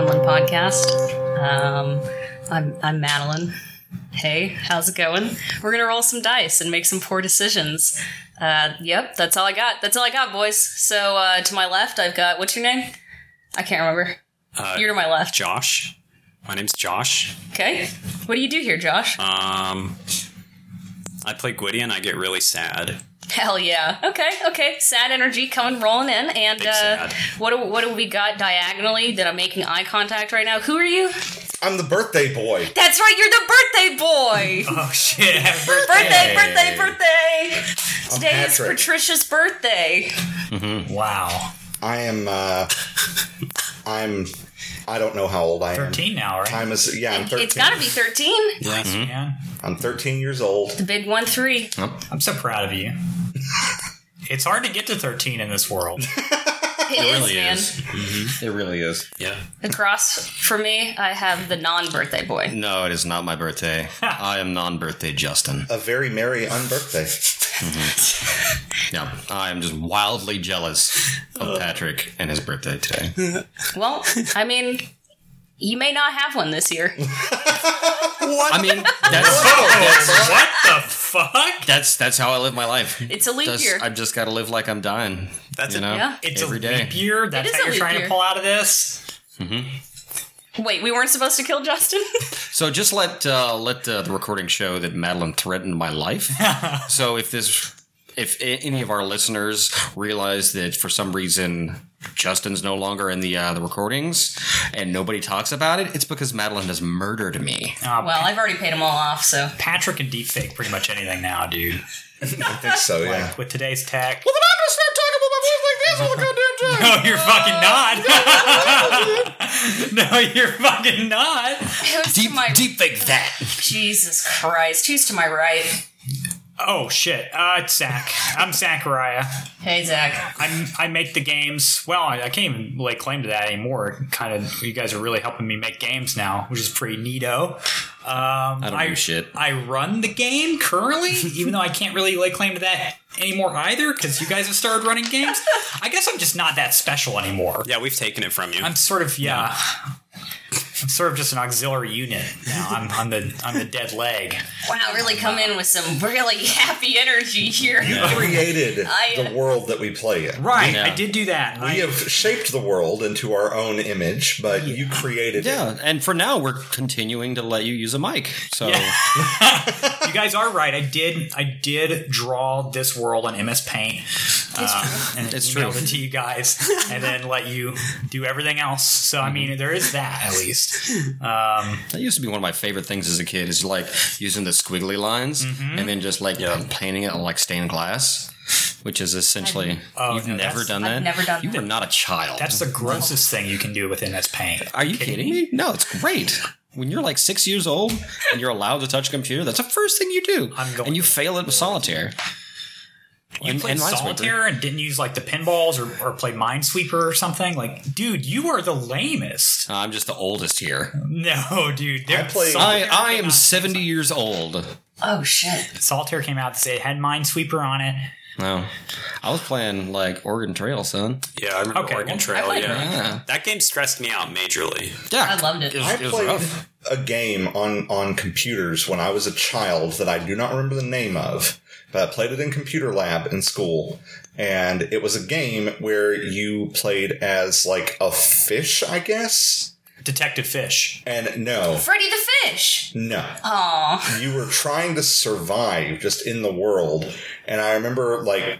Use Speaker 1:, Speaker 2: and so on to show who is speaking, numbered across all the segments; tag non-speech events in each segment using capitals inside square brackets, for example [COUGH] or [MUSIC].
Speaker 1: podcast. Um, I'm, I'm Madeline. Hey, how's it going? We're gonna roll some dice and make some poor decisions. Uh, yep, that's all I got. That's all I got, boys. So uh, to my left, I've got what's your name? I can't remember.
Speaker 2: Uh,
Speaker 1: You're to my left.
Speaker 2: Josh. My name's Josh.
Speaker 1: Okay. What do you do here, Josh?
Speaker 2: Um, I play Gwydion. I get really sad.
Speaker 1: Hell yeah. Okay, okay. Sad energy coming rolling in. And
Speaker 2: Big
Speaker 1: uh,
Speaker 2: sad.
Speaker 1: what do, what do we got diagonally that I'm making eye contact right now? Who are you?
Speaker 3: I'm the birthday boy.
Speaker 1: That's right. You're the birthday boy.
Speaker 4: [LAUGHS] Oh shit! happy
Speaker 1: birthday, birthday, birthday.
Speaker 3: I'm
Speaker 1: Today is
Speaker 3: Patrick.
Speaker 1: Patricia's birthday.
Speaker 4: birthday. Wow,
Speaker 3: I am. Uh, I'm. I don't know how old I am.
Speaker 4: thirteen now, right?
Speaker 3: I'm a, s- yeah, I'm 13.
Speaker 1: It's got to be 13.
Speaker 2: Yes.
Speaker 4: Man,
Speaker 3: I'm 13 years old.
Speaker 1: The big one three.
Speaker 4: I'm so proud of you. It's hard to get to thirteen in this world.
Speaker 1: It is,
Speaker 2: really
Speaker 1: man.
Speaker 2: is.
Speaker 5: It really is.
Speaker 2: [LAUGHS] Yeah.
Speaker 1: Across from me, I have the non-birthday boy.
Speaker 5: No, it is not my [LAUGHS] birthday. I am non birthday Justin.
Speaker 3: A very merry unbirthday.
Speaker 5: No, I am just wildly jealous of Patrick and his birthday today. [LAUGHS]
Speaker 1: Well, I mean, you may not have one this year.
Speaker 5: I mean, that's, [LAUGHS]
Speaker 4: what the fuck?
Speaker 5: that's that's how I live my life.
Speaker 1: It's a leap
Speaker 5: Just-
Speaker 1: year.
Speaker 5: I've just got to live like I'm dying.
Speaker 4: That's
Speaker 5: you
Speaker 4: a-
Speaker 5: know,
Speaker 1: yeah.
Speaker 4: It's
Speaker 5: every
Speaker 4: a
Speaker 5: day.
Speaker 4: leap year. That's
Speaker 1: is
Speaker 4: how
Speaker 1: a
Speaker 4: you're
Speaker 1: leap
Speaker 4: trying
Speaker 1: year.
Speaker 4: to pull out of this.
Speaker 1: Wait, we weren't supposed to kill Justin?
Speaker 5: So just let uh, let uh, the recording show that Madeline threatened my
Speaker 1: [LAUGHS]
Speaker 5: life. so if this, if a- any of our listeners realize that for some reason Justin's no longer in the uh, the recordings and nobody talks about it, it's because Madeline has murdered me.
Speaker 4: Uh,
Speaker 1: well, I've already paid them all off, so.
Speaker 4: Patrick and deepfake pretty much anything now, dude.
Speaker 3: I think so, yeah.
Speaker 4: With today's tech.
Speaker 5: Well, then I'm gonna start talking about my voice like this all goddamn time.
Speaker 4: No, you're fucking [LAUGHS] not. no, you're fucking not.
Speaker 1: Who's to
Speaker 5: Deep,
Speaker 1: my
Speaker 5: deep fake that.
Speaker 1: Jesus Christ. Who's to my right?
Speaker 4: Oh shit. Uh, it's Zach. I'm Zachariah.
Speaker 1: Hey, Zach.
Speaker 4: I'm, I make the games. Well, I, I can't even lay claim to that anymore. Kind of, you guys are really helping me make games now, which is pretty neato. Um, I
Speaker 5: don't do shit.
Speaker 4: I run the game currently, even though I can't really lay claim to that anymore either, because you guys have started running games. I guess I'm just not that special anymore.
Speaker 2: Yeah, we've taken it from you.
Speaker 4: I'm sort of yeah. I'm sort of just an auxiliary unit now. I'm, I'm the I'm the dead leg.
Speaker 1: Wow, really come in with some really happy energy here.
Speaker 3: Created
Speaker 1: I-
Speaker 3: the world that we play in.
Speaker 4: Right,
Speaker 5: Yeah.
Speaker 4: I did do that. I-
Speaker 3: We have shaped the world into our own image, but you created it.
Speaker 5: Yeah, and for now we're continuing to let you use a mic. So
Speaker 4: Yeah. you guys are right. I did. I did draw this world on MS Paint, uh, and
Speaker 5: It's
Speaker 4: emailed
Speaker 5: true.
Speaker 4: it to you
Speaker 5: [LAUGHS]
Speaker 4: guys, and then let you do everything else. So I mean, there is that at least.
Speaker 5: [LAUGHS] that used to be one of my favorite things as a kid is like using the squiggly lines
Speaker 1: Mm-hmm.
Speaker 5: and then just like painting it on like stained glass. Which is essentially
Speaker 4: Oh,
Speaker 5: you've
Speaker 4: no,
Speaker 5: never
Speaker 4: that's-
Speaker 5: done
Speaker 1: I've
Speaker 5: that.
Speaker 1: never done
Speaker 5: you
Speaker 1: that.
Speaker 5: were not a child.
Speaker 4: That's the grossest thing you can do with MS Paint.
Speaker 5: Are you kidding me? No, it's great. When you're like six years old and you're allowed to touch a computer, that's the first thing you do.
Speaker 4: I'm going
Speaker 5: and you
Speaker 4: to-
Speaker 5: fail it with solitaire.
Speaker 4: You played solitaire and didn't use like the pinballs or, or play Minesweeper or something. Like, dude, you are the lamest. [LAUGHS]
Speaker 5: I'm just the oldest here.
Speaker 4: No, dude,
Speaker 3: I played-
Speaker 5: I, I am 70 years old.
Speaker 1: Oh, shit.
Speaker 4: Solitaire came out. It had Minesweeper on it.
Speaker 5: No. I was playing like Oregon Trail, son.
Speaker 2: yeah, I remember
Speaker 4: Okay,
Speaker 2: Oregon
Speaker 4: well,
Speaker 2: Trail.
Speaker 1: I like
Speaker 2: yeah.
Speaker 5: Yeah.
Speaker 2: That game stressed me out majorly.
Speaker 5: Yeah.
Speaker 1: I loved it.
Speaker 3: I
Speaker 5: was
Speaker 3: played
Speaker 5: rough.
Speaker 3: a game on, on computers when I was a child that I do not remember the name of, but I played it in computer lab in school. And it was a game where you played as like a fish, I guess.
Speaker 4: Detective Fish.
Speaker 3: And no,
Speaker 1: Freddy the Fish.
Speaker 3: no,
Speaker 1: Aw.
Speaker 3: you were trying to survive just in the world. And I remember like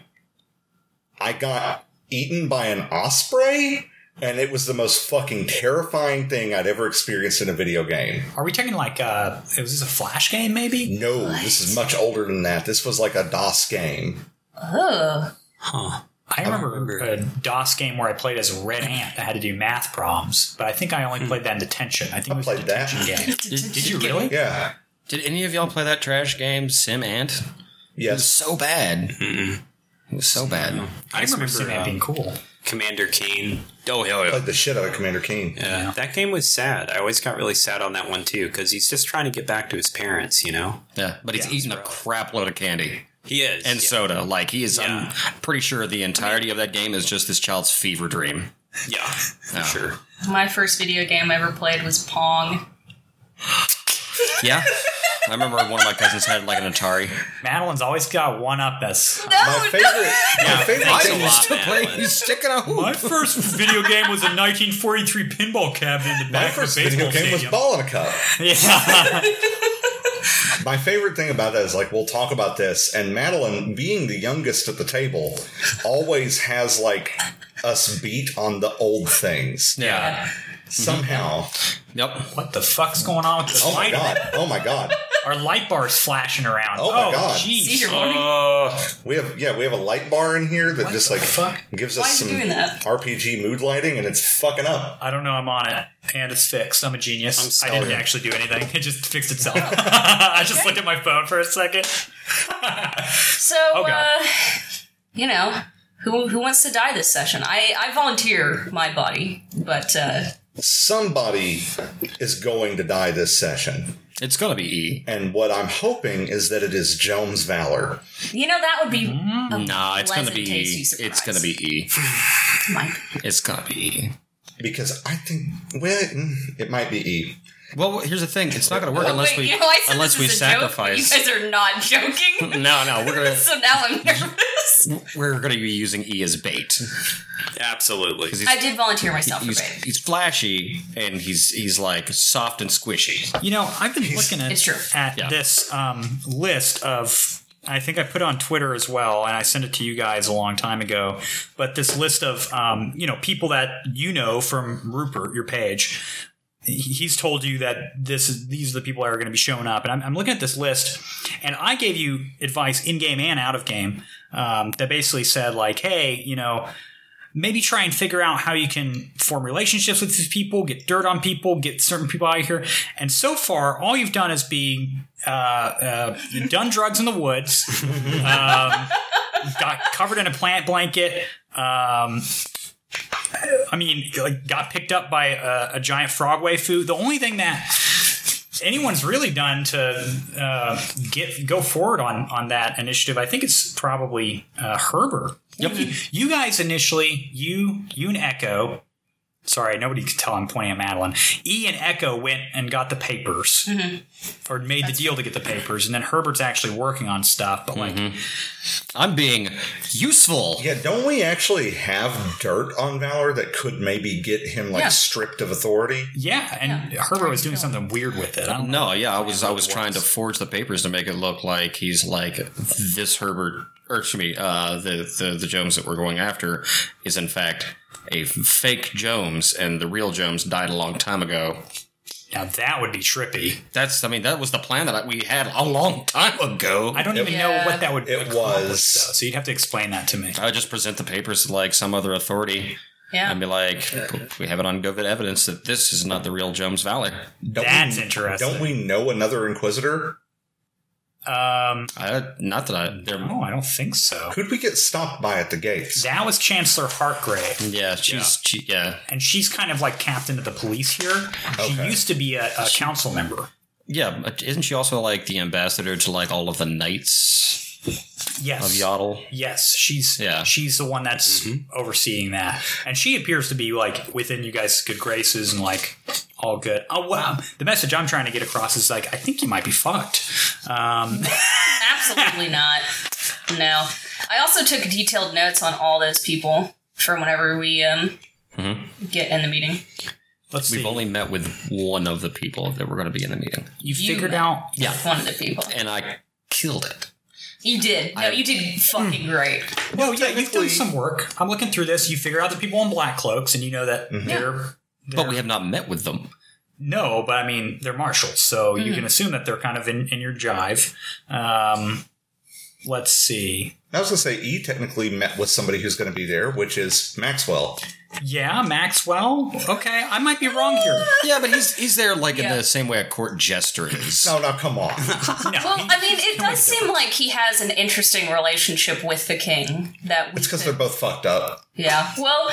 Speaker 3: I got eaten by an osprey. And it was the most fucking terrifying thing I'd ever experienced in a video game.
Speaker 4: Are we talking like uh? Was this a flash game? Maybe.
Speaker 3: No, this is much older than that. This was like a DOS game.
Speaker 1: Ugh.
Speaker 2: Huh.
Speaker 4: I remember a DOS game where I played as a red ant. I had to do math problems, but I think I only played that in detention. Hmm. I think it was
Speaker 3: played
Speaker 4: a
Speaker 3: that.
Speaker 4: detention [LAUGHS] game.
Speaker 5: Did,
Speaker 4: Did you really?
Speaker 3: Yeah.
Speaker 5: did any of y'all play that trash game, Sim Ant? It was
Speaker 3: Yes.
Speaker 5: so bad. It was so bad.
Speaker 4: I
Speaker 2: just
Speaker 4: remember seeing that
Speaker 2: uh,
Speaker 4: being cool.
Speaker 2: Commander Keen. Oh, hell
Speaker 3: Played [LAUGHS] the shit out of Commander Keen.
Speaker 2: Yeah. That game was sad. I always got really sad on that one too because he's just trying to get back to his parents, you know?
Speaker 5: Yeah, but he's
Speaker 4: Yeah,
Speaker 5: eating a crap load of candy
Speaker 2: He is.
Speaker 5: and
Speaker 2: yeah.
Speaker 5: soda. Like he is,
Speaker 2: Yeah.
Speaker 5: I'm pretty sure the entirety of that game is just this child's fever dream.
Speaker 2: Yeah, for
Speaker 5: Yeah.
Speaker 2: sure.
Speaker 1: My first video game I ever played was Pong.
Speaker 5: Yeah. I remember one of my cousins had like an Atari.
Speaker 4: Madeline's always got one up us.
Speaker 1: Oh,
Speaker 3: My favorite, my favorite
Speaker 2: thanks a
Speaker 3: thing
Speaker 2: lot.
Speaker 5: used to play.
Speaker 2: Madeline.
Speaker 5: You stick in a
Speaker 4: [LAUGHS]
Speaker 5: hoop.
Speaker 4: My first video game was a 1943 pinball cabinet in the
Speaker 3: My
Speaker 4: back
Speaker 3: first
Speaker 4: of a
Speaker 3: video
Speaker 4: baseball
Speaker 3: game was
Speaker 4: stadium.
Speaker 3: Ball in a Cup.
Speaker 4: Yeah.
Speaker 3: My favorite thing about that is like we'll talk about this, and Madeline, being the youngest at the table, always has like us beat on the old
Speaker 4: [LAUGHS]
Speaker 3: things
Speaker 4: Mhm.
Speaker 5: Yeah.
Speaker 3: somehow.
Speaker 5: Yep.
Speaker 4: [LAUGHS] what the fuck's going on with this
Speaker 3: Oh my
Speaker 4: light?
Speaker 3: god! Oh my god!
Speaker 4: Our light bar's flashing around.
Speaker 3: Oh my God.
Speaker 1: See
Speaker 4: jeez.
Speaker 1: your morning.
Speaker 4: Uh,
Speaker 3: We have yeah, we have a light bar in here that just
Speaker 4: the
Speaker 3: like
Speaker 4: fuck?
Speaker 3: gives
Speaker 1: Why is
Speaker 3: us
Speaker 1: it
Speaker 3: some
Speaker 1: doing that?
Speaker 3: RPG mood lighting, and it's fucking up.
Speaker 4: I don't know. I'm on it, and it's fixed. I'm a genius.
Speaker 2: I'm
Speaker 4: I didn't
Speaker 2: sorry.
Speaker 4: actually do anything. It just fixed itself. [LAUGHS] I just looked at my phone for a second.
Speaker 1: So,
Speaker 4: Oh, God.
Speaker 1: uh, you know, who who wants to die this session? I I volunteer my body, but uh,
Speaker 3: Somebody is going to die this session,
Speaker 5: It's gonna be E.
Speaker 3: and what I'm hoping is that it is Jones Valor.
Speaker 1: you know that would be
Speaker 5: Hmm? Nah, it's gonna
Speaker 1: Pleasant
Speaker 5: be
Speaker 1: tasty
Speaker 5: E.
Speaker 1: surprise.
Speaker 5: It's gonna be E.
Speaker 1: my
Speaker 5: It's gonna be E.
Speaker 3: Because I think well, mm, it might be E.
Speaker 5: Well, here's the thing. It's not gonna
Speaker 1: [LAUGHS]
Speaker 5: work unless
Speaker 1: Wait,
Speaker 5: we
Speaker 1: you know, I said
Speaker 5: unless
Speaker 1: this
Speaker 5: we
Speaker 1: is a joke, but
Speaker 5: sacrifice.
Speaker 1: you guys are not joking.
Speaker 5: [LAUGHS] no, no,
Speaker 1: [LAUGHS]
Speaker 5: we're gonna
Speaker 1: so now I'm
Speaker 5: [LAUGHS]
Speaker 1: nervous.
Speaker 5: we're gonna be using E as bait.
Speaker 2: Absolutely.
Speaker 1: I did volunteer myself for
Speaker 5: He's,
Speaker 1: bait.
Speaker 5: he's flashy and he's he's like soft and squishy.
Speaker 4: You know, I've been looking at,
Speaker 1: It's true.
Speaker 4: at
Speaker 5: Yeah.
Speaker 4: this um, list of. I think I put it on Twitter as well, and I sent it to you guys a long time ago. But this list of um, you know people that you know from Rupert, your page, he- he's told you that this is these are the people that are going to be showing up. And I'm, I'm looking at this list, and I gave you advice in game and out of game um, that basically said like, hey, you know, maybe try and figure out how you can form relationships with these people, get dirt on people, get certain people out of here. And so far, all you've done is be uh, uh, done drugs in the woods, um, got covered in a plant blanket. Um, I mean, like got picked up by a, a giant frog waifu. The only thing that anyone's really done to uh, get go forward on on that initiative, I think it's probably uh, Herber. You, you guys initially, you you and Echo. Sorry, nobody could tell I'm pointing at Madeline. E and Echo went and got the papers,
Speaker 3: Mm-hmm.
Speaker 4: or made the deal to get the papers, and then Herbert's actually working on stuff. But like,
Speaker 3: Mm-hmm.
Speaker 5: I'm being useful.
Speaker 3: Yeah, don't we actually have dirt on Valor that could maybe get him like
Speaker 1: Yeah.
Speaker 3: stripped of authority?
Speaker 4: yeah, and
Speaker 1: Yeah.
Speaker 4: Herbert was doing something weird with it. I don't know.
Speaker 5: No, yeah, I was I was trying to forge the papers to make it look like he's like this Herbert or excuse me, uh the, the the Jones that we're going after is in fact a fake Jones and the real Jones died a long time ago.
Speaker 4: Now that would be trippy.
Speaker 5: That's I mean that was the plan that we had a long time ago.
Speaker 4: I don't even know
Speaker 1: Yeah.
Speaker 4: what that would.
Speaker 3: It
Speaker 4: accomplish,
Speaker 3: was-
Speaker 4: though, so you'd have to explain that to me.
Speaker 5: I would just present the papers to like some other authority
Speaker 1: Yeah.
Speaker 5: and be like, we have it on good evidence that this is not the real Jones Valley.
Speaker 3: Don't
Speaker 4: That's
Speaker 3: we,
Speaker 4: interesting.
Speaker 3: Don't we know another Inquisitor?
Speaker 4: Um,
Speaker 5: I, not that I, they're,
Speaker 4: no, I don't think so.
Speaker 3: Who'd we get stopped by at the gates?
Speaker 4: That was Chancellor Hartgrave,
Speaker 5: yeah, she's she, yeah,
Speaker 4: and she's kind of like captain of the police here. She
Speaker 3: Okay.
Speaker 4: used to be a, a council member.
Speaker 5: yeah. But isn't she also like the ambassador to like all of the knights
Speaker 4: Yes.
Speaker 5: of Yodel?
Speaker 4: Yes, she's
Speaker 5: Yeah. Mm-hmm.
Speaker 4: she's the one that's overseeing that, and she appears to be like within you guys' good graces and like all good. Oh wow! The message I'm trying to get across is like I think you might be fucked. Um,
Speaker 1: Absolutely not. No. I also took detailed notes on all those people from whenever we um, get in the meeting.
Speaker 4: let's
Speaker 5: We've
Speaker 4: see.
Speaker 5: only met with one of the people that were going to be in the meeting,
Speaker 1: You
Speaker 4: you figured
Speaker 1: met
Speaker 4: out
Speaker 5: Yeah.
Speaker 1: One of the people.
Speaker 5: and I killed it.
Speaker 1: You did. No, you did fucking great.
Speaker 4: Well, yeah, you've done
Speaker 3: technically-
Speaker 4: some work. I'm looking through this. You figure out the people in black cloaks, and you know that
Speaker 5: Mm-hmm.
Speaker 4: they're,
Speaker 5: But we have not met with them.
Speaker 4: no, but I mean they're marshals, so you
Speaker 1: Mm-hmm.
Speaker 4: can assume that they're kind of in, in your jive. Um, let's see.
Speaker 3: I was gonna say E technically met with somebody who's gonna be there, which is Maxwell.
Speaker 4: Yeah, Maxwell. Okay, I might be wrong
Speaker 1: [LAUGHS]
Speaker 4: here.
Speaker 5: Yeah, but he's he's there like in
Speaker 1: Yeah.
Speaker 5: the same way a court jester is.
Speaker 4: Oh,
Speaker 3: No, no, come on. [LAUGHS]
Speaker 4: No,
Speaker 1: Well,
Speaker 4: he-
Speaker 1: I mean,
Speaker 4: he's
Speaker 1: it
Speaker 4: totally
Speaker 1: does seem like he has an interesting relationship with the king. That we
Speaker 3: it's because
Speaker 1: could-
Speaker 3: they're both fucked up.
Speaker 1: yeah. Well,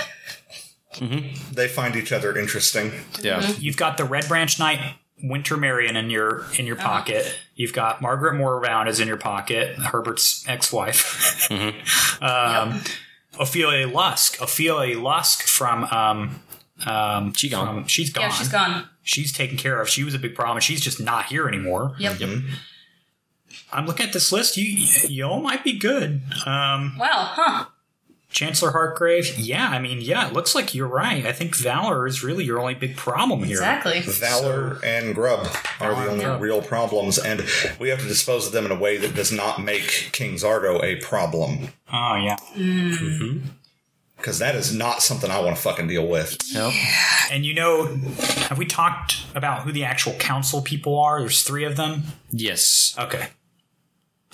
Speaker 3: They find each other interesting.
Speaker 5: Yeah,
Speaker 1: Mm-hmm.
Speaker 4: You've got the Red Branch Knight Winter Marion in your in
Speaker 1: Uh-huh.
Speaker 4: your pocket. You've got [LAUGHS] Margaret Morebound is in your pocket, Herbert's ex-wife. um, Ophelia Lusk. Ophelia Lusk from um, um,
Speaker 5: She gone.
Speaker 4: from- she's gone.
Speaker 1: Yeah, she's gone.
Speaker 4: She's taken care of. She was a big problem. She's just not here anymore.
Speaker 1: Yep.
Speaker 4: I'm looking at this list. You, you all might be good. Um,
Speaker 1: Wow, huh?
Speaker 4: Chancellor Hargrave. Yeah, I mean, yeah. It looks like you're right. I think Valor is really your only big problem here.
Speaker 1: Exactly.
Speaker 3: Valor and Grub are the only real problems, and we have to dispose of them in a way that does not make King Zargo a problem.
Speaker 4: Oh yeah.
Speaker 3: Because that is not something I want to fucking deal with.
Speaker 4: And you know, have we talked about who the actual council people are? There's three of them.
Speaker 5: Yes.
Speaker 4: Okay.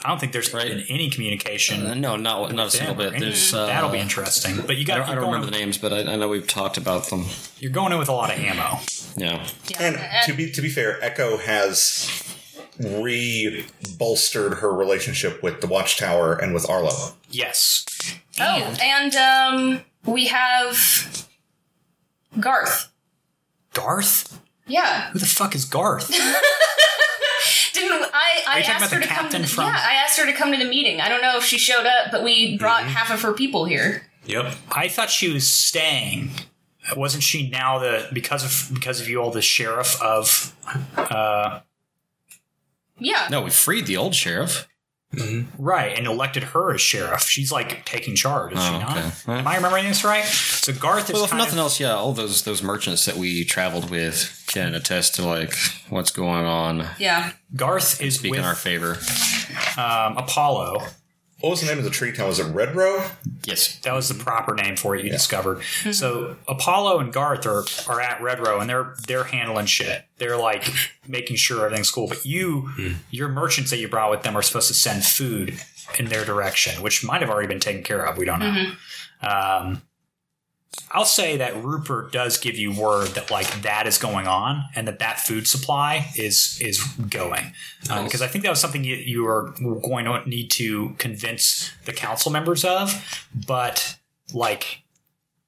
Speaker 4: I don't think there's
Speaker 5: Right.
Speaker 4: been any communication.
Speaker 5: Uh, no, not not a single
Speaker 4: them or
Speaker 5: bit.
Speaker 4: anything.
Speaker 5: There's uh,
Speaker 4: That'll be interesting. But you
Speaker 5: I
Speaker 4: got.
Speaker 5: don't, I
Speaker 4: you're
Speaker 5: don't
Speaker 4: going-
Speaker 5: remember the names, but I, I know we've talked about them.
Speaker 4: You're going in with a lot of ammo.
Speaker 5: Yeah.
Speaker 1: Yeah.
Speaker 3: And to be to be fair, Echo has re bolstered her relationship with the Watchtower and with Arlo.
Speaker 4: Yes.
Speaker 1: oh, and um, we have Garth.
Speaker 4: Garth?
Speaker 1: Yeah.
Speaker 4: Who the fuck is Garth?
Speaker 1: Didn't I? I
Speaker 4: you talking
Speaker 1: asked
Speaker 4: about
Speaker 1: her
Speaker 4: the
Speaker 1: to come.
Speaker 4: captain
Speaker 1: To,
Speaker 4: from- Mm-hmm.
Speaker 1: Yeah, I asked her to come to the meeting. I don't know if she showed up, but we brought half of her people here.
Speaker 2: Yep.
Speaker 4: I thought she was staying. Wasn't she now the because of because of you all the sheriff of
Speaker 1: Yeah.
Speaker 5: No, we freed the old sheriff.
Speaker 4: right and elected her as sheriff? She's like taking charge, is she
Speaker 5: Oh,
Speaker 4: not?
Speaker 5: okay.
Speaker 4: Am I remembering this right? So Garth is
Speaker 5: Well, if
Speaker 4: kind
Speaker 5: nothing
Speaker 4: of,
Speaker 5: else, yeah, all those those merchants that we traveled with can attest to like what's going on.
Speaker 1: Yeah. [LAUGHS]
Speaker 4: Garth is
Speaker 5: Speak
Speaker 4: with
Speaker 5: in our favor.
Speaker 4: um, Apollo.
Speaker 3: What was the name of the tree town? Was it Red Row?
Speaker 5: Yes.
Speaker 4: That was the proper name for it. You discovered. So Apollo and Garth are, are at Red Row, and they're they're handling shit. They're like making sure everything's cool. But you, your merchants that you brought with them, are supposed to send food in their direction, which might have already been taken care of. We don't know. Um, I'll say that Rupert does give you word that like that is going on, and that that food supply is is going
Speaker 5: Nice.
Speaker 4: because Um, I think that was something you, you were going to need to convince the council members of. But like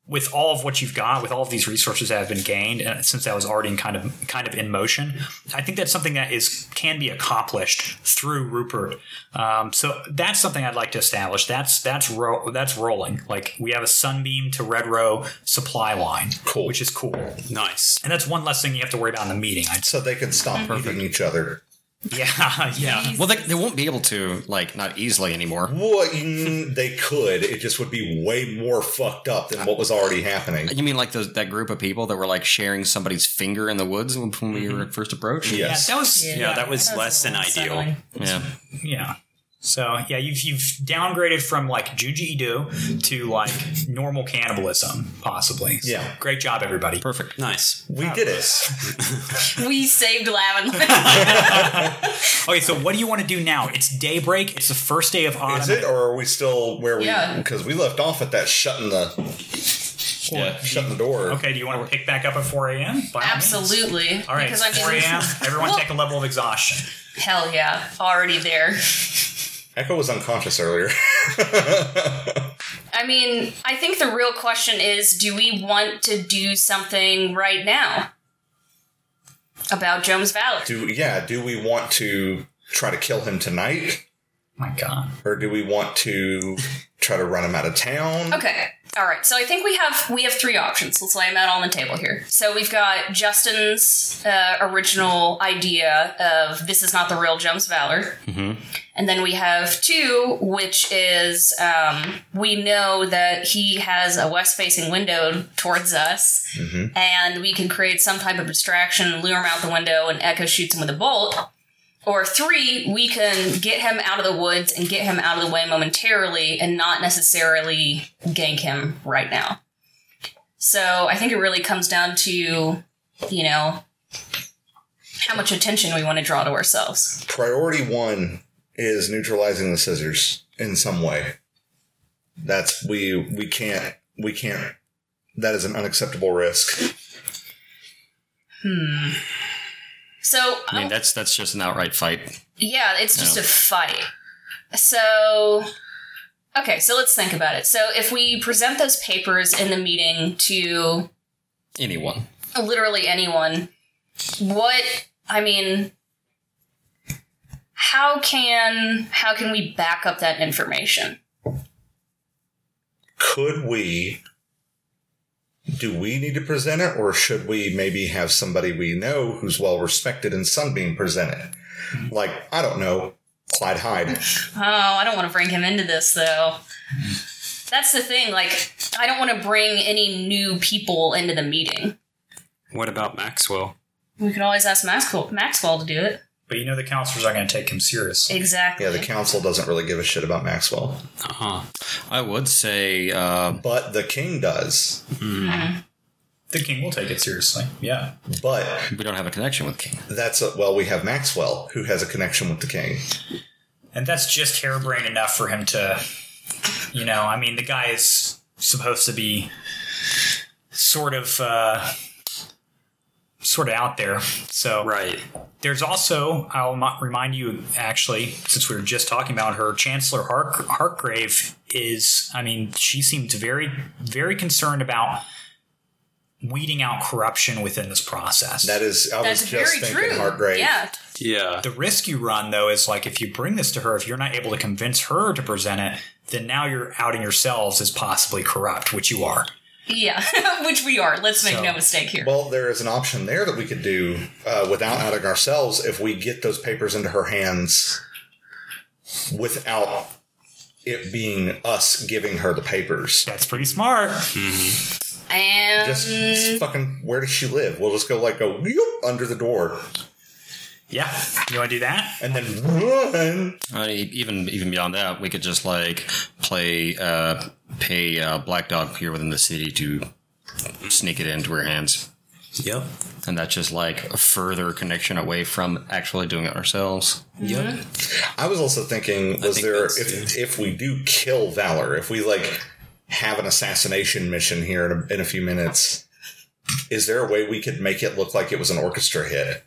Speaker 4: with all of what you've got, with all of these resources that have been gained, and since that was already in kind of kind of in motion, I think that's something that is can be accomplished through Rupert. Um, so that's something I'd like to establish. That's that's ro- that's rolling. Like we have a sunbeam to red row supply line,
Speaker 3: Cool.
Speaker 4: which is cool,
Speaker 2: Nice.
Speaker 4: and that's one less thing you have to worry about in the meeting. I'd say.
Speaker 3: So they could stop eating each other.
Speaker 4: [LAUGHS] Yeah, yeah.
Speaker 5: Well, they, they won't be able to like not easily anymore.
Speaker 3: Well, mm, they could. It just would be way more fucked up than what was already happening.
Speaker 5: You mean like those, that group of people that were like sharing somebody's finger in the woods when, when we were at first approach?
Speaker 3: Yes.
Speaker 4: Mm-hmm. Yeah, that was
Speaker 2: Yeah, that was less than ideal.
Speaker 5: Yeah.
Speaker 4: Yeah. So yeah, you've you've downgraded from like Juji Ido to like normal cannibalism, possibly. So,
Speaker 3: Yeah.
Speaker 4: Great job, everybody.
Speaker 5: Perfect.
Speaker 2: Nice.
Speaker 3: we did it.
Speaker 1: We saved Lavin.
Speaker 4: [LAUGHS] Okay, so what do you want to do now? It's daybreak. It's the first day of autumn.
Speaker 3: Is it, or are we still where we?
Speaker 1: Yeah.
Speaker 3: Because we left off at that shutting the
Speaker 5: Yeah.
Speaker 3: shutting the door.
Speaker 4: Okay, do you want to pick back up at 4 a.m.? By all means.
Speaker 1: Absolutely.
Speaker 4: All right,
Speaker 1: Because I
Speaker 4: 4
Speaker 1: mean,
Speaker 4: a.m. Everyone take a level of exhaustion.
Speaker 1: [LAUGHS] hell yeah, already there.
Speaker 3: Echo was unconscious earlier. [LAUGHS]
Speaker 1: I mean, I think the real question is do we want to do something right now about Jones Valor?
Speaker 3: do yeah? Do we want to try to kill him tonight?
Speaker 4: My God.
Speaker 3: or do we want to try to run him out of town?
Speaker 1: Okay. All right. So I think we have we have three options. Let's lay them out on the table here. So we've got Justin's uh, original idea of this is not the real Jones Valor, and then we have two, which is um, we know that he has a west facing window towards us, and we can create some type of distraction, lure him out the window, and Echo shoots him with a bolt. Or three, we can get him out of the woods and get him out of the way momentarily and not necessarily gank him right now. So I think it really comes down to, you know, how much attention we want to draw to ourselves.
Speaker 3: Priority one is neutralizing the scissors in some way. That's we we can't we can't. That is an unacceptable risk.
Speaker 1: Hmm. So
Speaker 5: I mean, that's that's just an outright fight.
Speaker 1: Yeah, it's just
Speaker 5: No.
Speaker 1: a fight. So, okay, so let's think about it. So, if we present those papers in the meeting to
Speaker 5: Anyone.
Speaker 1: literally anyone, what I mean, how can how can we back up that information?
Speaker 3: could we do we need to present it or should we maybe have somebody we know who's well respected in Sunbeam present it? Like, I don't know, Clyde Hyde.
Speaker 1: Oh, I don't want to bring him into this though. That's the thing. Like, I don't want to bring any new people into the meeting.
Speaker 2: What about Maxwell?
Speaker 1: We could always ask Maxwell, Maxwell to do it.
Speaker 4: But you know the counselors aren't going to take him seriously.
Speaker 1: Exactly.
Speaker 3: Yeah, the council doesn't really give a shit about Maxwell,
Speaker 2: Uh huh.
Speaker 5: I would say uh,
Speaker 3: but the king does.
Speaker 4: The king will take it seriously. Yeah.
Speaker 3: But
Speaker 5: we don't have a connection with King.
Speaker 3: that's a, well, we have Maxwell who has a connection with the king.
Speaker 4: And that's just harebrained enough for him to, you know, I mean, the guy is supposed to be sort of, uh, sort of out there. So
Speaker 2: Right.
Speaker 4: there's also, I'll mo- remind you, actually, since we were just talking about her, Chancellor Hark- Hargrave is, I mean, she seemed very, very concerned about weeding out corruption within this process.
Speaker 3: That is, I
Speaker 1: That's
Speaker 3: was just
Speaker 1: very
Speaker 3: thinking
Speaker 1: true.
Speaker 3: Hargrave.
Speaker 1: Yeah.
Speaker 2: Yeah.
Speaker 4: The risk you run, though, is like if you bring this to her, if you're not able to convince her to present it, then now you're outing yourselves as possibly corrupt, which you are.
Speaker 1: Yeah. [LAUGHS] Which we are. Let's make
Speaker 4: So-
Speaker 1: no mistake here.
Speaker 3: Well, there is an option there that we could do uh, without outing ourselves if we get those papers into her hands without it being us giving her the papers.
Speaker 4: That's pretty smart.
Speaker 1: and
Speaker 3: Just fucking, where does she live? We'll just go like go whoop, under the door
Speaker 4: Yeah. You want to do that?
Speaker 3: and then run.
Speaker 5: I mean, even even beyond that, we could just like play uh, pay uh, Black Dog here within the city to sneak it into her hands,
Speaker 2: Yep.
Speaker 5: and that's just like a further connection away from actually doing it ourselves.
Speaker 1: Mm-hmm.
Speaker 2: Yep.
Speaker 3: I was also thinking, was
Speaker 2: think
Speaker 3: there
Speaker 2: that's-
Speaker 3: if if we do kill Valor, if we like have an assassination mission here in a, in a few minutes, is there a way we could make it look like it was an orchestra hit?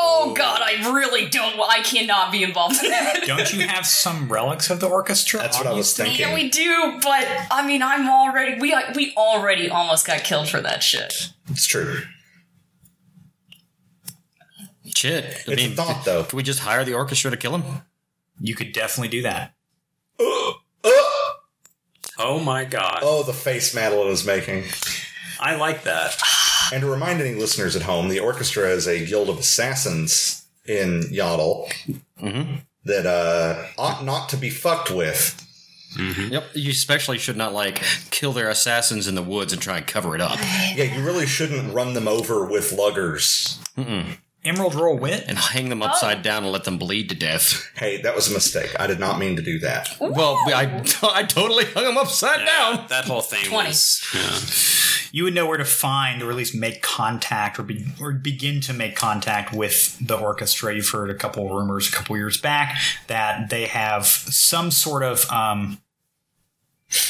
Speaker 1: oh god, I really don't. wa- I cannot be involved in that.
Speaker 4: Don't you have some relics of the orchestra?
Speaker 3: That's what I was thinking.
Speaker 1: Yeah, we do, but I mean, I'm already we we already almost got killed for that shit.
Speaker 3: It's true.
Speaker 5: Shit, I
Speaker 3: It's a
Speaker 5: mean,
Speaker 3: thought, though. Mm-hmm.
Speaker 5: can we just hire the orchestra to kill him?
Speaker 4: You could definitely do that.
Speaker 2: Oh my god.
Speaker 3: Uh, Oh, the face Madeline is making.
Speaker 2: I like that.
Speaker 3: And to remind any listeners at home, the orchestra is a guild of assassins in Yodel
Speaker 2: Mm-hmm.
Speaker 3: that uh, ought not to be fucked with.
Speaker 5: Yep, you especially should not like kill their assassins in the woods and try and cover it up
Speaker 3: Yeah, you really shouldn't run them over with luggers.
Speaker 4: Emerald Roll Wit?
Speaker 5: and hang them
Speaker 1: Oh.
Speaker 5: upside down and let them bleed to death.
Speaker 3: Hey, that was a mistake. I did not mean to do that.
Speaker 5: Well, I, [LAUGHS] I totally hung him
Speaker 1: Oh,
Speaker 5: upside down.
Speaker 2: That whole thing.
Speaker 1: 20.
Speaker 2: Was, yeah.
Speaker 4: You would know where to find or at least make contact or, be, or begin to make contact with the orchestra. You've heard a couple of rumors a couple years back that they have some sort of, um,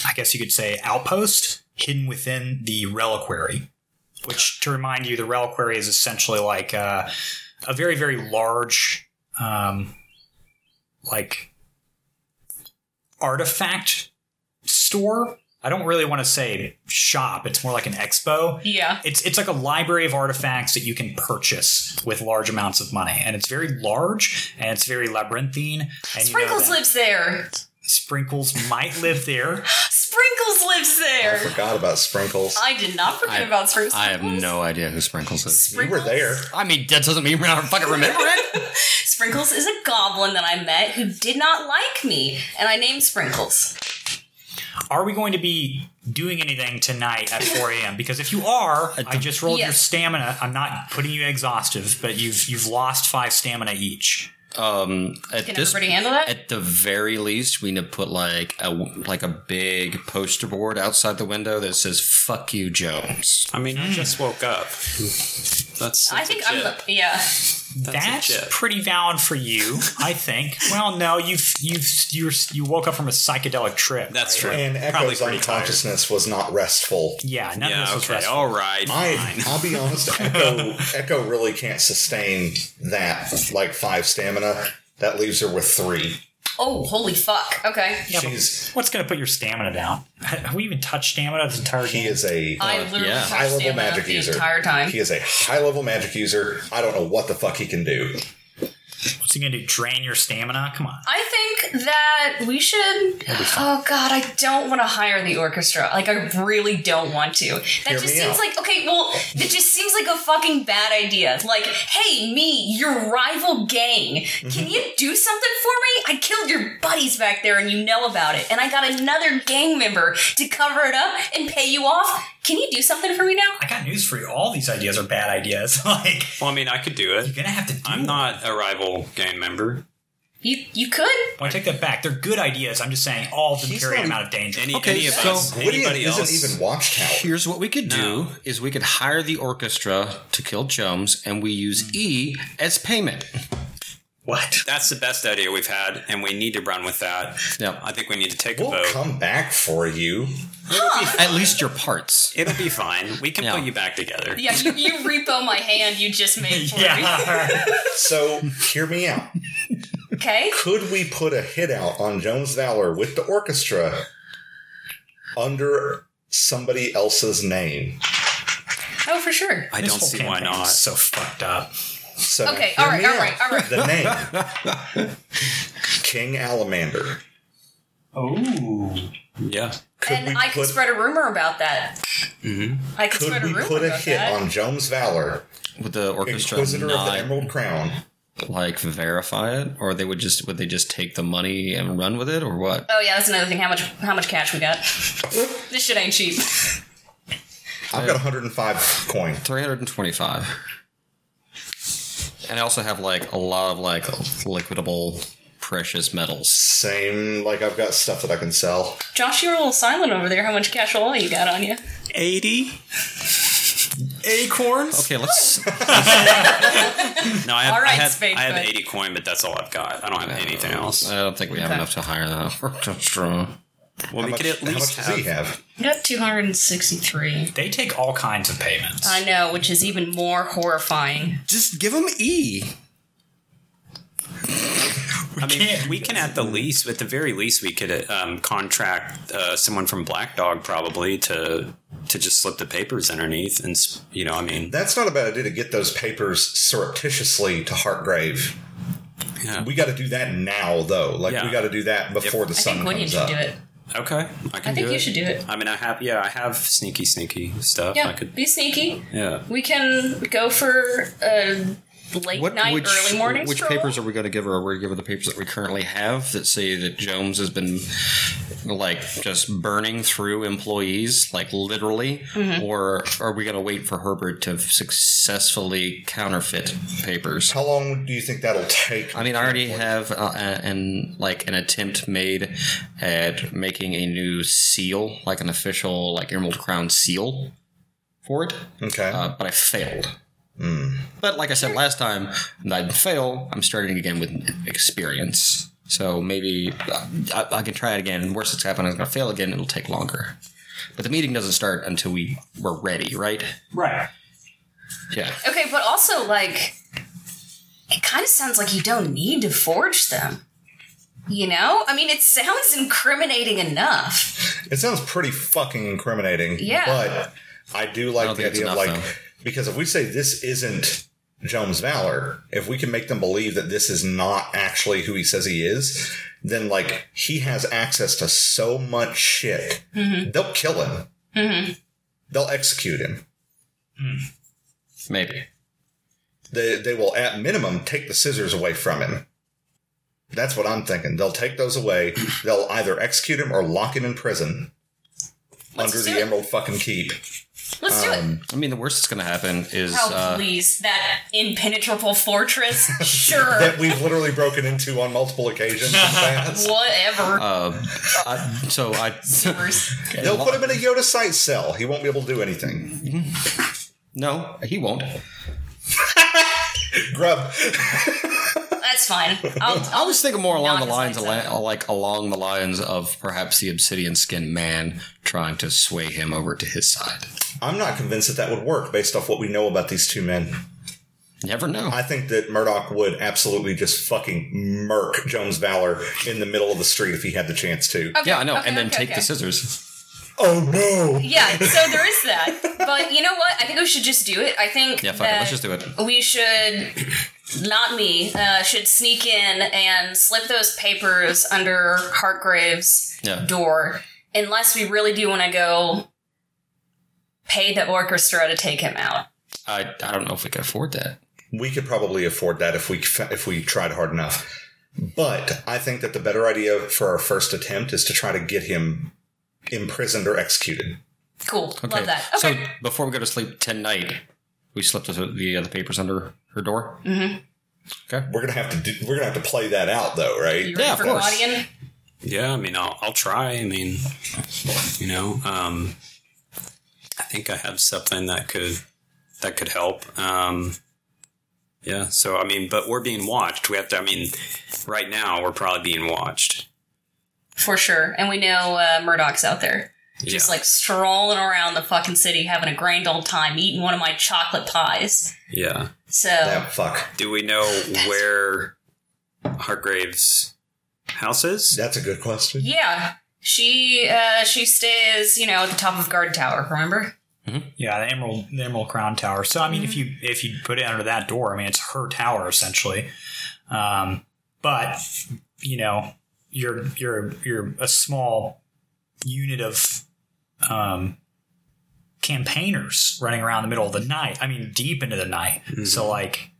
Speaker 4: I guess you could say, outpost hidden within the reliquary. Which, to remind you, the reliquary is essentially like uh, a very, very large, um, like artifact store. I don't really want to say shop. It's more like an expo
Speaker 1: Yeah,
Speaker 4: it's it's like a library of artifacts that you can purchase with large amounts of money, and it's very large and it's very labyrinthine. And
Speaker 1: Sprinkles
Speaker 4: you know that
Speaker 1: lives there.
Speaker 4: Sprinkles might live there.
Speaker 1: Sprinkles lives
Speaker 3: I
Speaker 1: there.
Speaker 3: forgot about sprinkles.
Speaker 1: I did not forget
Speaker 5: Oh, I-
Speaker 1: about Sprinkles.
Speaker 5: I have no idea who Sprinkles is.
Speaker 3: you were
Speaker 1: Sprinkles,
Speaker 3: there.
Speaker 5: I mean, that doesn't mean we're not fucking remember
Speaker 1: [LAUGHS]
Speaker 5: it.
Speaker 1: Sprinkles is a goblin that I met who did not like me, and I named Sprinkles.
Speaker 4: Are we going to be doing anything tonight at 4 a.m.? Because if you are, I just rolled your
Speaker 1: Yes.
Speaker 4: stamina. I'm not putting you exhaustive, but you've you've lost five stamina each.
Speaker 5: Um, at
Speaker 1: Can
Speaker 5: this,
Speaker 1: everybody handle that?
Speaker 5: at the very least, we need to put like a like a big poster board outside the window that says "Fuck you, Jones."
Speaker 2: I mean, I just woke up. That's. Hmm. that's
Speaker 1: I think I'm the yeah.
Speaker 4: That's,
Speaker 2: legit.
Speaker 4: pretty valid for you, I
Speaker 2: [LAUGHS]
Speaker 4: think. well, no, you've you've you're, you woke up from a psychedelic trip.
Speaker 2: That's
Speaker 4: right?
Speaker 2: true.
Speaker 3: And
Speaker 2: Probably
Speaker 3: Echo's
Speaker 2: pretty tired.
Speaker 3: unconsciousness was not restful.
Speaker 4: Yeah, none of
Speaker 2: Yeah.
Speaker 4: this was
Speaker 2: Okay. Oh.
Speaker 4: restful.
Speaker 2: All right. [LAUGHS]
Speaker 3: I, I'll be honest, Echo, Echo really can't sustain that, like, five stamina. That leaves her with three.
Speaker 1: Oh, holy fuck. Okay.
Speaker 4: Yeah, but
Speaker 3: She's-
Speaker 4: what's going to put your stamina down? [LAUGHS] Have we even touched stamina this entire
Speaker 3: He
Speaker 4: game?
Speaker 3: is a
Speaker 1: I literally
Speaker 5: Uh, yeah.
Speaker 1: touched
Speaker 3: high level
Speaker 1: stamina
Speaker 3: magic
Speaker 1: the
Speaker 3: user.
Speaker 1: entire time.
Speaker 3: He is a high level magic user. I don't know what the fuck he can do.
Speaker 4: What's he going to do? Drain your stamina? Come on.
Speaker 1: I think that we should. Oh God, I don't want to hire the orchestra. Like I really don't want to. That
Speaker 3: Hear
Speaker 1: just
Speaker 3: me
Speaker 1: seems
Speaker 3: out.
Speaker 1: like okay. Well, that just seems like a fucking bad idea. Like, hey, me, your rival gang,
Speaker 3: Mm-hmm.
Speaker 1: can you do something for me? I killed your buddies back there, and you know about it. And I got another gang member to cover it up and pay you off. Can you do something for me now?
Speaker 4: I got news for you. All these ideas are bad ideas. [LAUGHS] like,
Speaker 2: Well, I mean, I could do
Speaker 4: you're
Speaker 2: it.
Speaker 4: going to have to do
Speaker 2: I'm
Speaker 4: it.
Speaker 2: not a rival gang member.
Speaker 1: You you could.
Speaker 4: Well, I take that back. They're good ideas. I'm just saying all of them
Speaker 3: He's
Speaker 4: carry an
Speaker 3: not-
Speaker 4: amount of danger.
Speaker 2: Any,
Speaker 5: Okay,
Speaker 2: any of
Speaker 5: so-
Speaker 2: us,
Speaker 3: Whittier
Speaker 2: anybody
Speaker 3: isn't
Speaker 2: else?
Speaker 3: even Watchtower.
Speaker 5: Here's what we could do:
Speaker 2: No.
Speaker 5: is we could hire the orchestra to kill Jones, and we use E as payment.
Speaker 4: what?
Speaker 2: That's the best idea we've had, and we need to run with that.
Speaker 5: Yep.
Speaker 2: I think we need to take a
Speaker 3: We'll
Speaker 2: vote.
Speaker 3: come back for you.
Speaker 5: At least your parts.
Speaker 2: It'll be fine. We can
Speaker 5: Yeah.
Speaker 2: pull you back together.
Speaker 1: Yeah, you, you repo my hand you just made
Speaker 2: [LAUGHS]
Speaker 3: [LAUGHS]
Speaker 1: for me.
Speaker 4: [LAUGHS] Yeah.
Speaker 3: So hear me out.
Speaker 1: Okay.
Speaker 3: Could we put a hit out on Jones Valor with the orchestra under somebody else's name?
Speaker 1: Oh, for sure.
Speaker 2: I
Speaker 4: This
Speaker 2: don't
Speaker 4: whole
Speaker 2: see why
Speaker 4: campaign is
Speaker 2: not.
Speaker 4: So fucked up.
Speaker 3: So
Speaker 1: Okay,
Speaker 3: hear
Speaker 1: all right,
Speaker 3: me
Speaker 1: all
Speaker 3: out.
Speaker 1: right, all right.
Speaker 3: The name
Speaker 2: [LAUGHS]
Speaker 3: King Alamander.
Speaker 4: Oh.
Speaker 2: Yeah.
Speaker 3: Could we
Speaker 1: and I could
Speaker 3: put- Mm-hmm.
Speaker 1: spread a rumor about that. I could,
Speaker 3: Could
Speaker 1: spread a
Speaker 3: we
Speaker 1: rumor
Speaker 3: put a
Speaker 1: about
Speaker 3: hit
Speaker 1: that.
Speaker 3: on Jones Valor,
Speaker 5: Would the orchestra
Speaker 3: Inquisitor of the
Speaker 5: not
Speaker 3: Emerald Crown?
Speaker 5: like verify it, or they would just would they just take the money and run with it, or what?
Speaker 1: Oh yeah, that's another thing. How much? How much cash we got? this shit ain't cheap.
Speaker 3: I've got 105 coin.
Speaker 5: Three hundred and twenty-five. And I also have like a lot of like liquidable precious metals.
Speaker 3: Same, like I've got stuff that I can sell.
Speaker 1: Josh, you were a little silent over there. How much cash all you got on you?
Speaker 2: 80? [LAUGHS]
Speaker 4: Acorns?
Speaker 5: Okay, let's.
Speaker 2: No, I have,
Speaker 1: All right,
Speaker 2: I have,
Speaker 1: Spade
Speaker 2: I have
Speaker 1: Foot.
Speaker 2: 80 coin, but that's all I've got. I don't have anything else.
Speaker 5: I don't think we have
Speaker 1: Okay.
Speaker 5: enough to hire that orchestra.
Speaker 2: Well, we
Speaker 3: How much,
Speaker 2: could at
Speaker 3: how
Speaker 2: least
Speaker 3: much does he
Speaker 2: have.
Speaker 3: have?
Speaker 1: I got two hundred and sixty-three.
Speaker 4: They take all kinds of payments.
Speaker 1: I know, which is even more horrifying.
Speaker 5: Just give them E.
Speaker 2: I mean, [LAUGHS] we can at the least, at the very least, we could um, contract uh, someone from Black Dog probably to to just slip the papers underneath, and s- you know, I mean,
Speaker 3: That's not a bad idea to get those papers surreptitiously to Hartgrave.
Speaker 2: yeah.
Speaker 3: We got to do that now, though. Like
Speaker 2: Yeah.
Speaker 3: we got to do that before the
Speaker 1: I
Speaker 3: sun
Speaker 1: think William
Speaker 3: comes
Speaker 1: should
Speaker 3: up.
Speaker 1: do it.
Speaker 2: okay, I can
Speaker 1: I think
Speaker 2: do
Speaker 1: you
Speaker 2: it.
Speaker 1: should do it.
Speaker 2: I mean, I have, yeah, I have sneaky, sneaky stuff. I
Speaker 1: Yeah,
Speaker 2: could,
Speaker 1: be sneaky.
Speaker 2: yeah.
Speaker 1: We can go for a late night, early morning.
Speaker 5: Which
Speaker 1: stroll.
Speaker 5: papers are we going to give her? Are we going to give her the papers that we currently have that say that Jones has been like just burning through employees, like literally,
Speaker 1: Mm-hmm.
Speaker 5: or are we going to wait for Herbert to successfully counterfeit papers?
Speaker 3: How long do you think that'll take?
Speaker 5: I mean, I already have uh, a- an like an attempt made at making a new seal, like an official like Emerald Crown seal for it
Speaker 3: okay.
Speaker 5: uh, but I failed. But like I said last time, I didn't fail. I'm starting again with experience. So maybe uh, I, I can try it again. And worse, it's happened. I'm going to fail again. It'll take longer. But the meeting doesn't start until we we're ready, right?
Speaker 4: Right.
Speaker 5: Yeah.
Speaker 1: Okay, but also like it kind of sounds like you don't need to forge them. You know? I mean, it sounds incriminating enough.
Speaker 3: it sounds pretty fucking incriminating.
Speaker 1: Yeah.
Speaker 3: But I do like
Speaker 5: don't
Speaker 3: the
Speaker 5: think it's
Speaker 3: idea of
Speaker 5: enough,
Speaker 3: like because if we say this isn't Jones Valor, if we can make them believe that this is not actually who he says he is, then like he has access to so much shit,
Speaker 1: Mm-hmm.
Speaker 3: they'll kill him. They'll execute him.
Speaker 5: Maybe.
Speaker 3: they they will at minimum take the scissors away from him. That's what I'm thinking. They'll take those away. They'll either execute him or lock him in prison
Speaker 1: Let's
Speaker 3: under
Speaker 1: do
Speaker 3: the
Speaker 1: it.
Speaker 3: Emerald fucking keep.
Speaker 1: Let's do
Speaker 3: Um,
Speaker 1: it.
Speaker 5: I mean, the worst that's going to happen is
Speaker 1: Oh,
Speaker 5: Um, uh,
Speaker 1: please. That impenetrable
Speaker 5: [LAUGHS]
Speaker 1: fortress? Sure.
Speaker 3: That we've literally broken into on multiple occasions.
Speaker 1: [LAUGHS]
Speaker 3: in the past.
Speaker 1: Whatever.
Speaker 5: uh, I, so I
Speaker 1: Seavers.
Speaker 3: They'll put him in a Yoda site cell. He won't be able to do anything.
Speaker 5: no, he won't.
Speaker 3: Grub.
Speaker 1: That's fine. I'll,
Speaker 5: I was thinking more along
Speaker 1: Not
Speaker 5: the
Speaker 1: just
Speaker 5: lines, of,
Speaker 1: like
Speaker 5: la- like along the lines of perhaps the obsidian skin man trying to sway him over to his side.
Speaker 3: I'm not convinced that that would work based off what we know about these two men.
Speaker 5: Never know.
Speaker 3: I think that Murdoch would absolutely just fucking murk Jones Valor in the middle of the street if he had the chance to.
Speaker 1: Okay,
Speaker 5: yeah, I know.
Speaker 1: okay,
Speaker 5: and then
Speaker 1: okay,
Speaker 5: take
Speaker 1: okay.
Speaker 5: the scissors.
Speaker 3: Oh no!
Speaker 1: Yeah, so there is that. But you know what? I think we should just do it. I think
Speaker 5: Yeah, fuck it.
Speaker 1: that
Speaker 5: Let's just do it.
Speaker 1: we should not me, uh, should sneak in and slip those papers under Hartgrave's
Speaker 5: Yeah.
Speaker 1: door, unless we really do want to go pay the orchestra to take him out.
Speaker 5: I, I don't know if we can afford that.
Speaker 3: we could probably afford that if we if we tried hard enough. But I think that the better idea for our first attempt is to try to get him imprisoned or executed.
Speaker 1: Cool, love that. Okay,
Speaker 5: So before we go to sleep tonight, we slipped the, the, uh, the papers under her door. Mm-hmm. Okay.
Speaker 3: We're gonna have to do, we're gonna have to play that out though, right?
Speaker 1: you ready
Speaker 5: yeah, of
Speaker 1: for
Speaker 5: course.
Speaker 1: Claudian?
Speaker 2: Yeah, I mean, I'll, I'll try. I mean, you know, um, I think I have something that could that could help. Um, yeah, so I mean, but we're being watched. We have to. I mean, right now we're probably being watched.
Speaker 1: for sure. And we know uh, Murdoch's out there. Just
Speaker 2: Yeah.
Speaker 1: like strolling around the fucking city, having a grand old time, eating one of my chocolate pies.
Speaker 2: Yeah.
Speaker 1: So
Speaker 3: Yeah, fuck.
Speaker 2: Do we know where Hargrave's house is?
Speaker 3: That's a good question.
Speaker 1: yeah, she uh, she stays, you know, at the top of guard tower. Remember?
Speaker 4: Yeah, the Emerald the Emerald Crown Tower. So I mean, if you if you put it under that door, I mean, it's her tower essentially. Um, but you know, you're you're you're a small unit of um, campaigners running around the middle of the night. I mean, deep into the night. So like.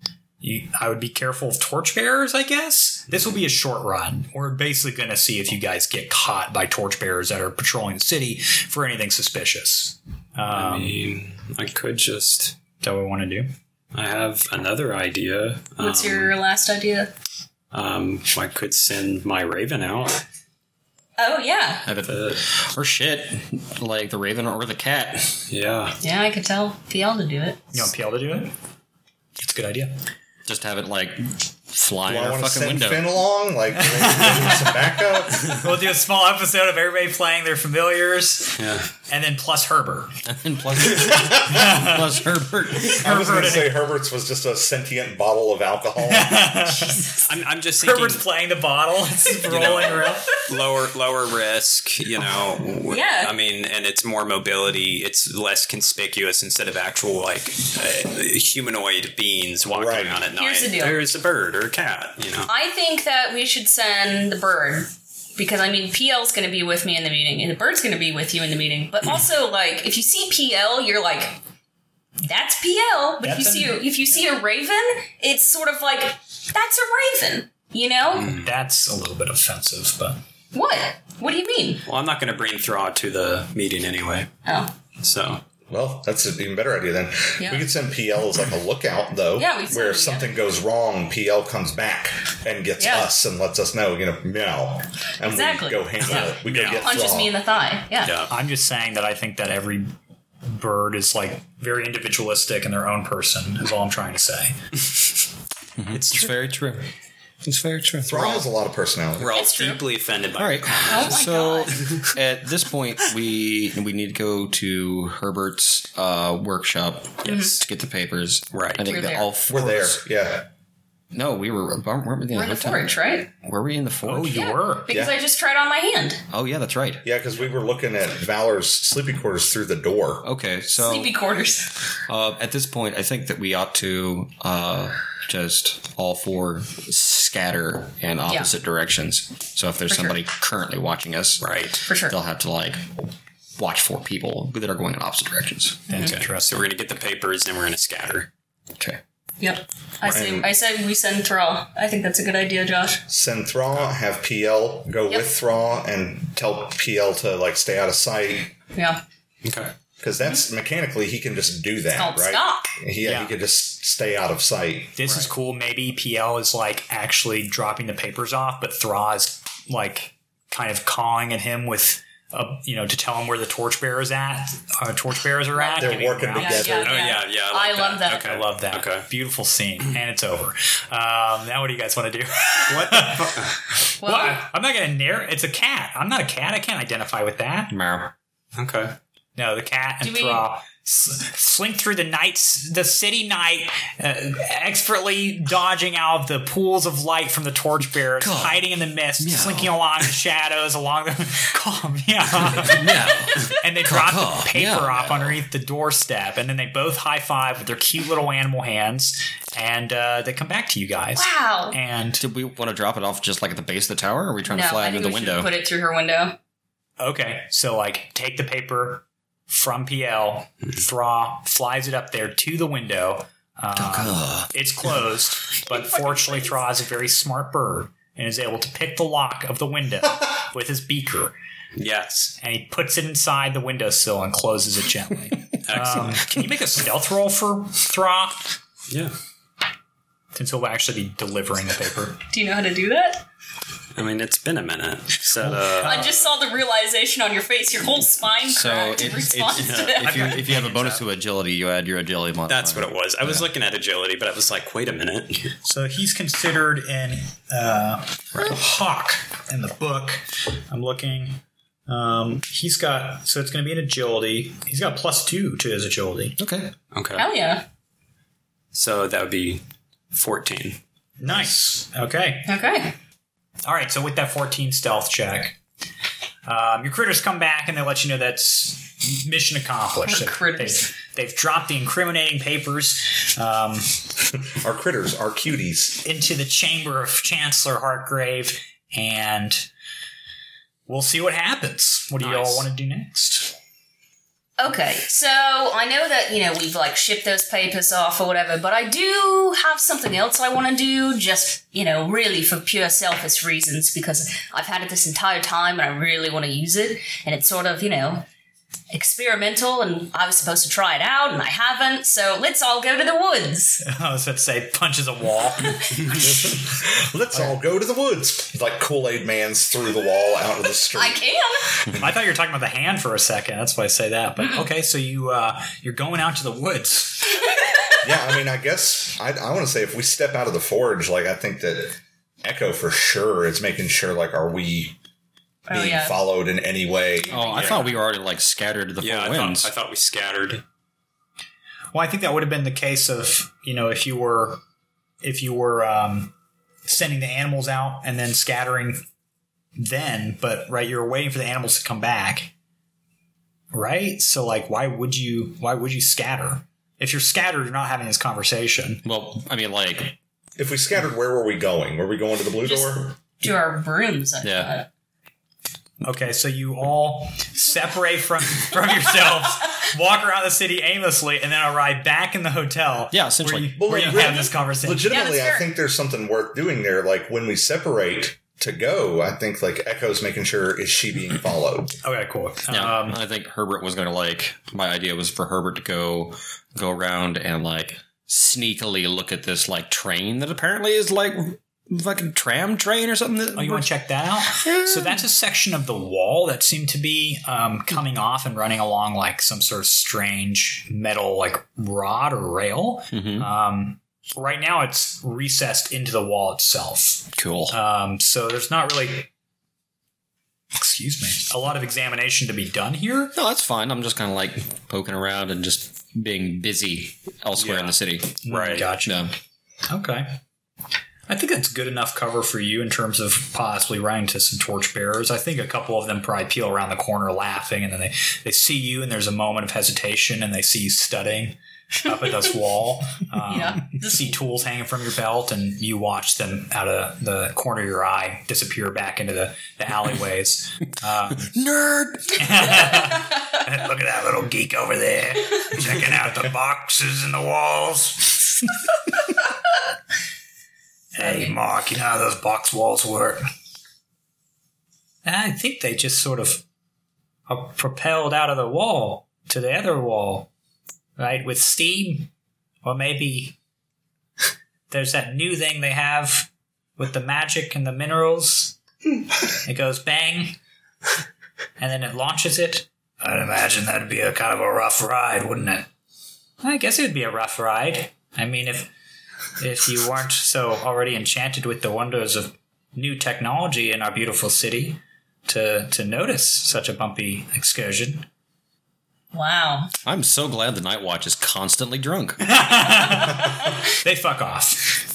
Speaker 4: You, I would be careful of torchbearers, I guess. This will be a short run. We're basically going to see if you guys get caught by torchbearers that are patrolling the city for anything suspicious. Um,
Speaker 2: I mean, I could just.
Speaker 4: is that what we want to do?
Speaker 2: I have another idea.
Speaker 1: What's
Speaker 2: Um,
Speaker 1: your last idea?
Speaker 2: Um, I could send my raven out.
Speaker 1: Oh yeah,
Speaker 5: Either
Speaker 2: Uh,
Speaker 3: Mm.
Speaker 5: the- or shit, like the raven or the cat.
Speaker 2: yeah.
Speaker 1: yeah, I could tell Fiel to do it.
Speaker 4: You want PL to do it? It's a good idea.
Speaker 5: Just have it like fly
Speaker 3: Do
Speaker 5: in
Speaker 3: I
Speaker 5: our
Speaker 3: want to
Speaker 5: fucking
Speaker 3: send
Speaker 5: window.
Speaker 3: Finn along? Like, do we need some backup?
Speaker 4: We'll do a small episode of everybody playing their familiars,
Speaker 2: Yeah.
Speaker 4: and then plus Herbert.
Speaker 5: [LAUGHS] and plus, [LAUGHS] plus Herbert.
Speaker 3: I was going to say Herbert's was just a sentient bottle of
Speaker 5: [LAUGHS]
Speaker 3: alcohol.
Speaker 2: I'm, I'm just thinking
Speaker 4: Herbert's playing the bottle. It's rolling around.
Speaker 2: lower lower risk, you know.
Speaker 3: Oh.
Speaker 2: w-
Speaker 1: Yeah.
Speaker 2: I mean, and it's more mobility. It's less conspicuous instead of actual like uh, humanoid beings walking
Speaker 3: Right.
Speaker 2: around at night.
Speaker 1: Here's the deal.
Speaker 2: There's a bird or a cat, you know.
Speaker 1: I think that we should send the bird because I mean PL's going to be with me in the meeting and the bird's going to be with you in the meeting.
Speaker 2: Hmm.
Speaker 1: But also like if you see PL, you're like that's PL. But if you
Speaker 4: That's
Speaker 1: see
Speaker 4: a-
Speaker 1: a, if you see a raven, it's sort of like that's a raven. You know
Speaker 2: Hmm.
Speaker 4: That's a little bit offensive, but
Speaker 1: what? What do you mean?
Speaker 2: Well, I'm not going to bring Thraw to the meeting anyway,
Speaker 1: Oh,
Speaker 2: so
Speaker 3: Well, that's an even better idea then.
Speaker 1: Yeah.
Speaker 3: We could send PL as like a lookout though.
Speaker 1: Yeah, we could
Speaker 3: where
Speaker 1: send
Speaker 3: if
Speaker 1: him, yeah.
Speaker 3: something goes wrong, PL comes back and gets
Speaker 1: Yeah.
Speaker 3: us and lets us know, you know, meow. And
Speaker 1: Exactly.
Speaker 3: we go handle
Speaker 1: Yeah.
Speaker 3: it. We go
Speaker 4: Meow.
Speaker 3: get
Speaker 1: punches
Speaker 3: Thrawn.
Speaker 1: me in the thigh. Yeah.
Speaker 2: yeah.
Speaker 4: I'm just saying that I think that every bird is like very individualistic in their own person. Is all I'm trying to say.
Speaker 2: It's
Speaker 5: It's
Speaker 2: true.
Speaker 5: very true. It's very true.
Speaker 3: Thrawn has a lot of personality.
Speaker 2: We're all
Speaker 1: It's true.
Speaker 2: deeply offended by.
Speaker 5: All right.
Speaker 1: Oh my
Speaker 5: so
Speaker 1: God.
Speaker 5: at this point, we we need to go to Herbert's uh, workshop
Speaker 2: Yes.
Speaker 5: to get the papers.
Speaker 2: Right.
Speaker 5: I think
Speaker 1: We're
Speaker 5: that
Speaker 1: there.
Speaker 5: all four
Speaker 3: We're
Speaker 5: of
Speaker 3: there.
Speaker 5: us-
Speaker 3: Yeah.
Speaker 5: No, we were weren't we in the
Speaker 1: We're in the
Speaker 5: hotel?
Speaker 1: forge, right?
Speaker 5: Were we in the forge?
Speaker 4: Oh, you were.
Speaker 1: Because
Speaker 3: Yeah.
Speaker 1: I just tried on my hand.
Speaker 5: Oh, yeah, that's right.
Speaker 3: Yeah, because we were looking at Valor's sleepy quarters through the door.
Speaker 5: Okay, so
Speaker 1: Sleepy quarters.
Speaker 5: uh, at this point, I think that we ought to uh, just all four scatter in opposite directions. So if there's
Speaker 1: sure.
Speaker 5: somebody currently watching us,
Speaker 2: Right.
Speaker 1: For sure.
Speaker 5: they'll have to like watch four people that are going in opposite directions.
Speaker 4: That's
Speaker 2: So
Speaker 4: interesting.
Speaker 2: we're going to get the papers and we're going to scatter.
Speaker 5: Okay.
Speaker 1: Yep. I say I say we send Thrall. I think that's a good idea, Josh.
Speaker 3: Send Thrawn, have PL go
Speaker 1: Oh. Yep.
Speaker 3: with Thrawn and tell PL to like stay out of sight.
Speaker 1: Yeah.
Speaker 2: Okay.
Speaker 3: Because that's mechanically he can just do that,
Speaker 1: Mm-hmm. Don't
Speaker 3: right?
Speaker 1: stop.
Speaker 3: He, yeah,
Speaker 4: Yeah.
Speaker 3: he could just stay out of sight.
Speaker 4: This is cool. Maybe PL is like actually dropping the papers off, but Thra is like kind of calling at him with, uh you know, to tell him where the torchbearers at, uh, torchbearers are at.
Speaker 3: They're
Speaker 4: giving
Speaker 3: working
Speaker 4: routes.
Speaker 3: together.
Speaker 2: Oh yeah, yeah. I, like
Speaker 1: love that.
Speaker 2: Okay.
Speaker 4: I love that.
Speaker 2: Okay.
Speaker 4: Beautiful scene, and it's over. Um, now, what do you
Speaker 1: [LAUGHS]
Speaker 4: guys want to do? what?
Speaker 1: Well,
Speaker 4: I'm not gonna narrate. It's a cat. I'm not a cat. I can't identify with that.
Speaker 5: Meow.
Speaker 2: Okay.
Speaker 4: No, the cat and
Speaker 1: Do we-
Speaker 4: Thra s- slink through the nights, the city night, uh, expertly dodging out of the pools of light from the torchbearers,
Speaker 5: God.
Speaker 4: hiding in the mist,
Speaker 5: Meow.
Speaker 4: slinking along the shadows, along the [LAUGHS] calm,
Speaker 2: [LAUGHS]
Speaker 4: yeah. and they drop
Speaker 5: Caw-caw.
Speaker 4: the paper
Speaker 5: Meow,
Speaker 4: off
Speaker 5: meow.
Speaker 4: underneath the doorstep, and then they both high five with their cute little animal hands, and uh, they come back to you guys.
Speaker 1: Wow.
Speaker 4: And
Speaker 5: [LAUGHS] Did we want to drop it off just like at the base of the tower? Or are we trying
Speaker 1: no,
Speaker 5: to fly
Speaker 1: I
Speaker 5: it
Speaker 1: think
Speaker 5: into the
Speaker 1: we should
Speaker 5: window?
Speaker 1: put it through her window.
Speaker 4: okay, so like take the paper from PL, Thra flies it up there to the window. Um,
Speaker 5: Ugh.
Speaker 4: It's closed, but fortunately, Thra is a very smart bird and is able to pick the lock of the window with his beaker,
Speaker 2: Yes.
Speaker 4: and he puts it inside the windowsill and closes it gently. Um,
Speaker 2: Excellent.
Speaker 4: can you make a stealth roll for Thra?
Speaker 2: yeah.
Speaker 4: Since he'll actually be delivering the paper.
Speaker 1: Do you know how to do that?
Speaker 2: I mean, it's been a minute. So, uh,
Speaker 1: I just saw the realization on your face. Your whole spine
Speaker 5: So
Speaker 1: cracked in
Speaker 5: it-
Speaker 1: response
Speaker 5: it's-
Speaker 1: to that.
Speaker 5: If you, [LAUGHS] if you have a bonus to agility, you add your agility mod.
Speaker 2: that's what it was. I was looking at agility, but I was like, wait a minute.
Speaker 4: So he's considered an uh, hawk in the book. I'm looking. Um, he's got so it's going to be an agility. He's got plus two to his agility.
Speaker 5: Okay.
Speaker 2: Okay.
Speaker 1: Hell yeah.
Speaker 2: So that would be 14.
Speaker 4: Nice. Okay.
Speaker 1: Okay.
Speaker 4: All right, so with that 14 stealth check, um, your critters come back and they let you know that's mission accomplished.
Speaker 1: Our critters.
Speaker 4: They've, they've dropped the incriminating papers um,
Speaker 3: Our critters, our cuties.
Speaker 4: into the chamber of Chancellor Hartgrave, and we'll see what happens. What do you all
Speaker 2: Nice.
Speaker 4: want to do next? [LAUGHS]
Speaker 1: Okay, so I know that, you know, we've like shipped those papers off or whatever, but I do have something else I want to do, just, you know, really for pure selfish reasons, because I've had it this entire time and I really want to use it, and it's sort of, you know, experimental, and I was supposed to try it out, and I haven't, so let's all go to the woods.
Speaker 3: [LAUGHS]
Speaker 4: I was about to say punches a wall.
Speaker 3: [LAUGHS] Let's all go to the woods. Like Kool Aid Man's through the wall out
Speaker 1: [LAUGHS]
Speaker 3: of the street.
Speaker 1: I can!
Speaker 4: I thought you were talking about the hand for a second. That's why I say that. But okay, so you uh, you're going out to the woods.
Speaker 3: yeah, I mean, I guess I, I want to say if we step out of the forge, like I think that Echo for sure is making sure like are we being
Speaker 1: Oh, yeah.
Speaker 3: followed in any way?
Speaker 5: Oh, I
Speaker 2: Yeah.
Speaker 5: thought we were already like scattered to the
Speaker 2: Yeah,
Speaker 5: four
Speaker 2: I
Speaker 5: winds.
Speaker 2: thought, I thought we scattered.
Speaker 4: Well, I think that would have been the case of you know if you were if you were um, sending the animals out and then scattering then, but right, you're waiting for the animals to come back, right? So like, why would you why would you scatter? If you're scattered, you're not having this conversation.
Speaker 5: well, I mean, like,
Speaker 3: If we scattered, where were we going? Were we going to the blue
Speaker 1: Just-
Speaker 3: door?
Speaker 1: Do our brooms, I
Speaker 5: Yeah.
Speaker 1: thought.
Speaker 4: Okay, so you all separate from [LAUGHS] from yourselves, walk around the city aimlessly, and then arrive back in the hotel.
Speaker 5: Yeah, essentially.
Speaker 4: where you, where you
Speaker 3: Well,
Speaker 4: have this conversation.
Speaker 1: Yeah,
Speaker 3: Legitimately,
Speaker 1: that's fair.
Speaker 3: I think there's something worth doing there. Like when we separate to go, I think like Echo's making sure is
Speaker 1: [LAUGHS]
Speaker 3: she being followed.
Speaker 4: okay, cool.
Speaker 5: yeah,
Speaker 4: Um,
Speaker 5: I think Herbert was going to like, my idea was for Herbert to go, go around and like sneakily look at this like train that apparently is like fucking tram train or something. That
Speaker 4: Oh, you want to check that out? So that's a section of the wall that seemed to be um, coming off and running along like some sort of strange metal like rod or rail.
Speaker 5: Mhm.
Speaker 4: Um, right now, it's recessed into the wall itself,
Speaker 5: Cool.
Speaker 4: um, so there's not really, excuse me, a lot of examination to be done here.
Speaker 5: No, that's fine. I'm just kind of like poking around and just being busy elsewhere in the city.
Speaker 4: Right. Gotcha.
Speaker 5: Yeah.
Speaker 4: Okay. I think that's good enough cover for you in terms of possibly running to some torchbearers. I think a couple of them probably peel around the corner laughing, and then they, they see you, and there's a moment of hesitation, and they see you studying up at this wall. Um,
Speaker 1: Yeah.
Speaker 4: See tools hanging from your belt, and you watch them out of the corner of your eye disappear back into the, the alleyways. Um,
Speaker 5: Nerd.
Speaker 4: [LAUGHS] Look at that little geek over there, checking out the boxes and the walls. hey, Mark, you know how those box walls work? I think they just sort of are propelled out of the wall to the other wall, right? With steam? Or maybe there's that new thing they have with the magic and the minerals. it goes bang, and then it launches it. I'd imagine that'd be a kind of a rough ride, wouldn't it? I guess it'd be a rough ride. I mean, if if you weren't so already enchanted with the wonders of new technology in our beautiful city, to to notice such a bumpy excursion.
Speaker 1: Wow.
Speaker 5: I'm so glad the Night Watch is constantly drunk.
Speaker 4: They fuck off.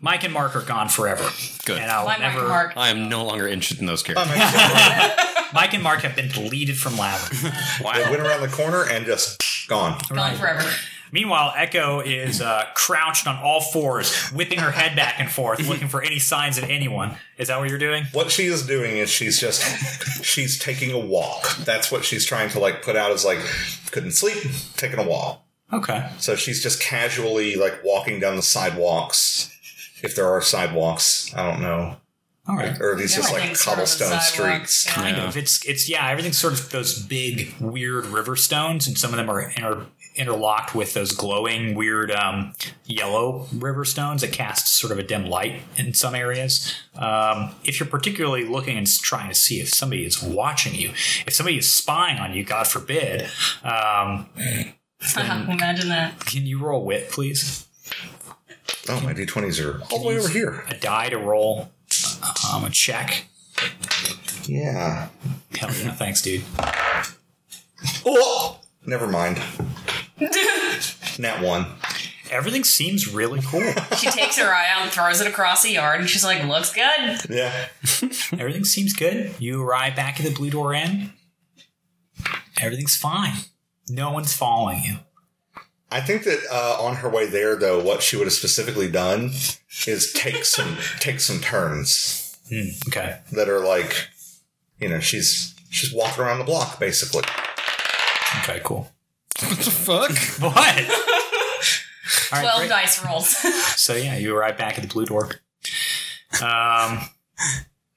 Speaker 4: Mike and Mark are gone forever.
Speaker 5: Good.
Speaker 4: And I'll
Speaker 1: Why Mike
Speaker 4: never.
Speaker 1: and Mark?
Speaker 5: I am no longer interested
Speaker 4: [LAUGHS]
Speaker 5: in
Speaker 4: Oh,
Speaker 3: [LAUGHS]
Speaker 5: those characters.
Speaker 4: Mike and Mark have been deleted from Lavin.
Speaker 3: They went around the corner and just gone.
Speaker 1: Gone forever.
Speaker 4: Meanwhile, Echo is uh, crouched on all fours, whipping her head back and forth, [LAUGHS] looking for any signs of anyone. Is that what you're doing?
Speaker 3: What she is doing is she's just she's taking a walk. That's what she's trying to like put out is like couldn't sleep, taking a walk.
Speaker 4: Okay.
Speaker 3: So she's just casually like walking down the sidewalks. If there are sidewalks, I don't know.
Speaker 4: All right.
Speaker 3: Or these just like
Speaker 1: Everything's sort of a
Speaker 3: cobblestone
Speaker 1: sidewalk.
Speaker 3: streets.
Speaker 1: Yeah.
Speaker 4: Kind of. It's it's yeah. Everything's sort of those big weird river stones, and some of them are inter- interlocked with those glowing weird um, yellow river stones that cast sort of a dim light in some areas. Um, if you're particularly looking and s- trying to see if somebody is watching you, if somebody is spying on you, God forbid, um,
Speaker 1: [LAUGHS] Imagine that.
Speaker 4: can you roll wit, please?
Speaker 3: Oh, my d20s are all the way over here.
Speaker 4: A die to roll um, a check.
Speaker 3: Yeah.
Speaker 4: Hell yeah, thanks, dude.
Speaker 3: Oh, never
Speaker 4: [LAUGHS]
Speaker 3: mind. Nat one.
Speaker 4: Everything seems really cool.
Speaker 1: She takes her eye out and throws it across the yard, and she's like, "Looks good."
Speaker 3: Yeah.
Speaker 4: Everything seems good. You arrive back at the Blue Door Inn. Everything's fine. No one's following you.
Speaker 3: I think that uh, on her way there, though, what she would have specifically done is take
Speaker 4: [LAUGHS]
Speaker 3: some take some turns
Speaker 4: Hmm, okay.
Speaker 3: that are like, you know, she's she's walking around the block basically.
Speaker 4: Okay, cool. [LAUGHS]
Speaker 5: what the fuck?
Speaker 4: What? All right,
Speaker 1: Twelve
Speaker 4: great.
Speaker 1: dice rolls. [LAUGHS]
Speaker 4: So, yeah, you arrive back at the Blue Door. Um,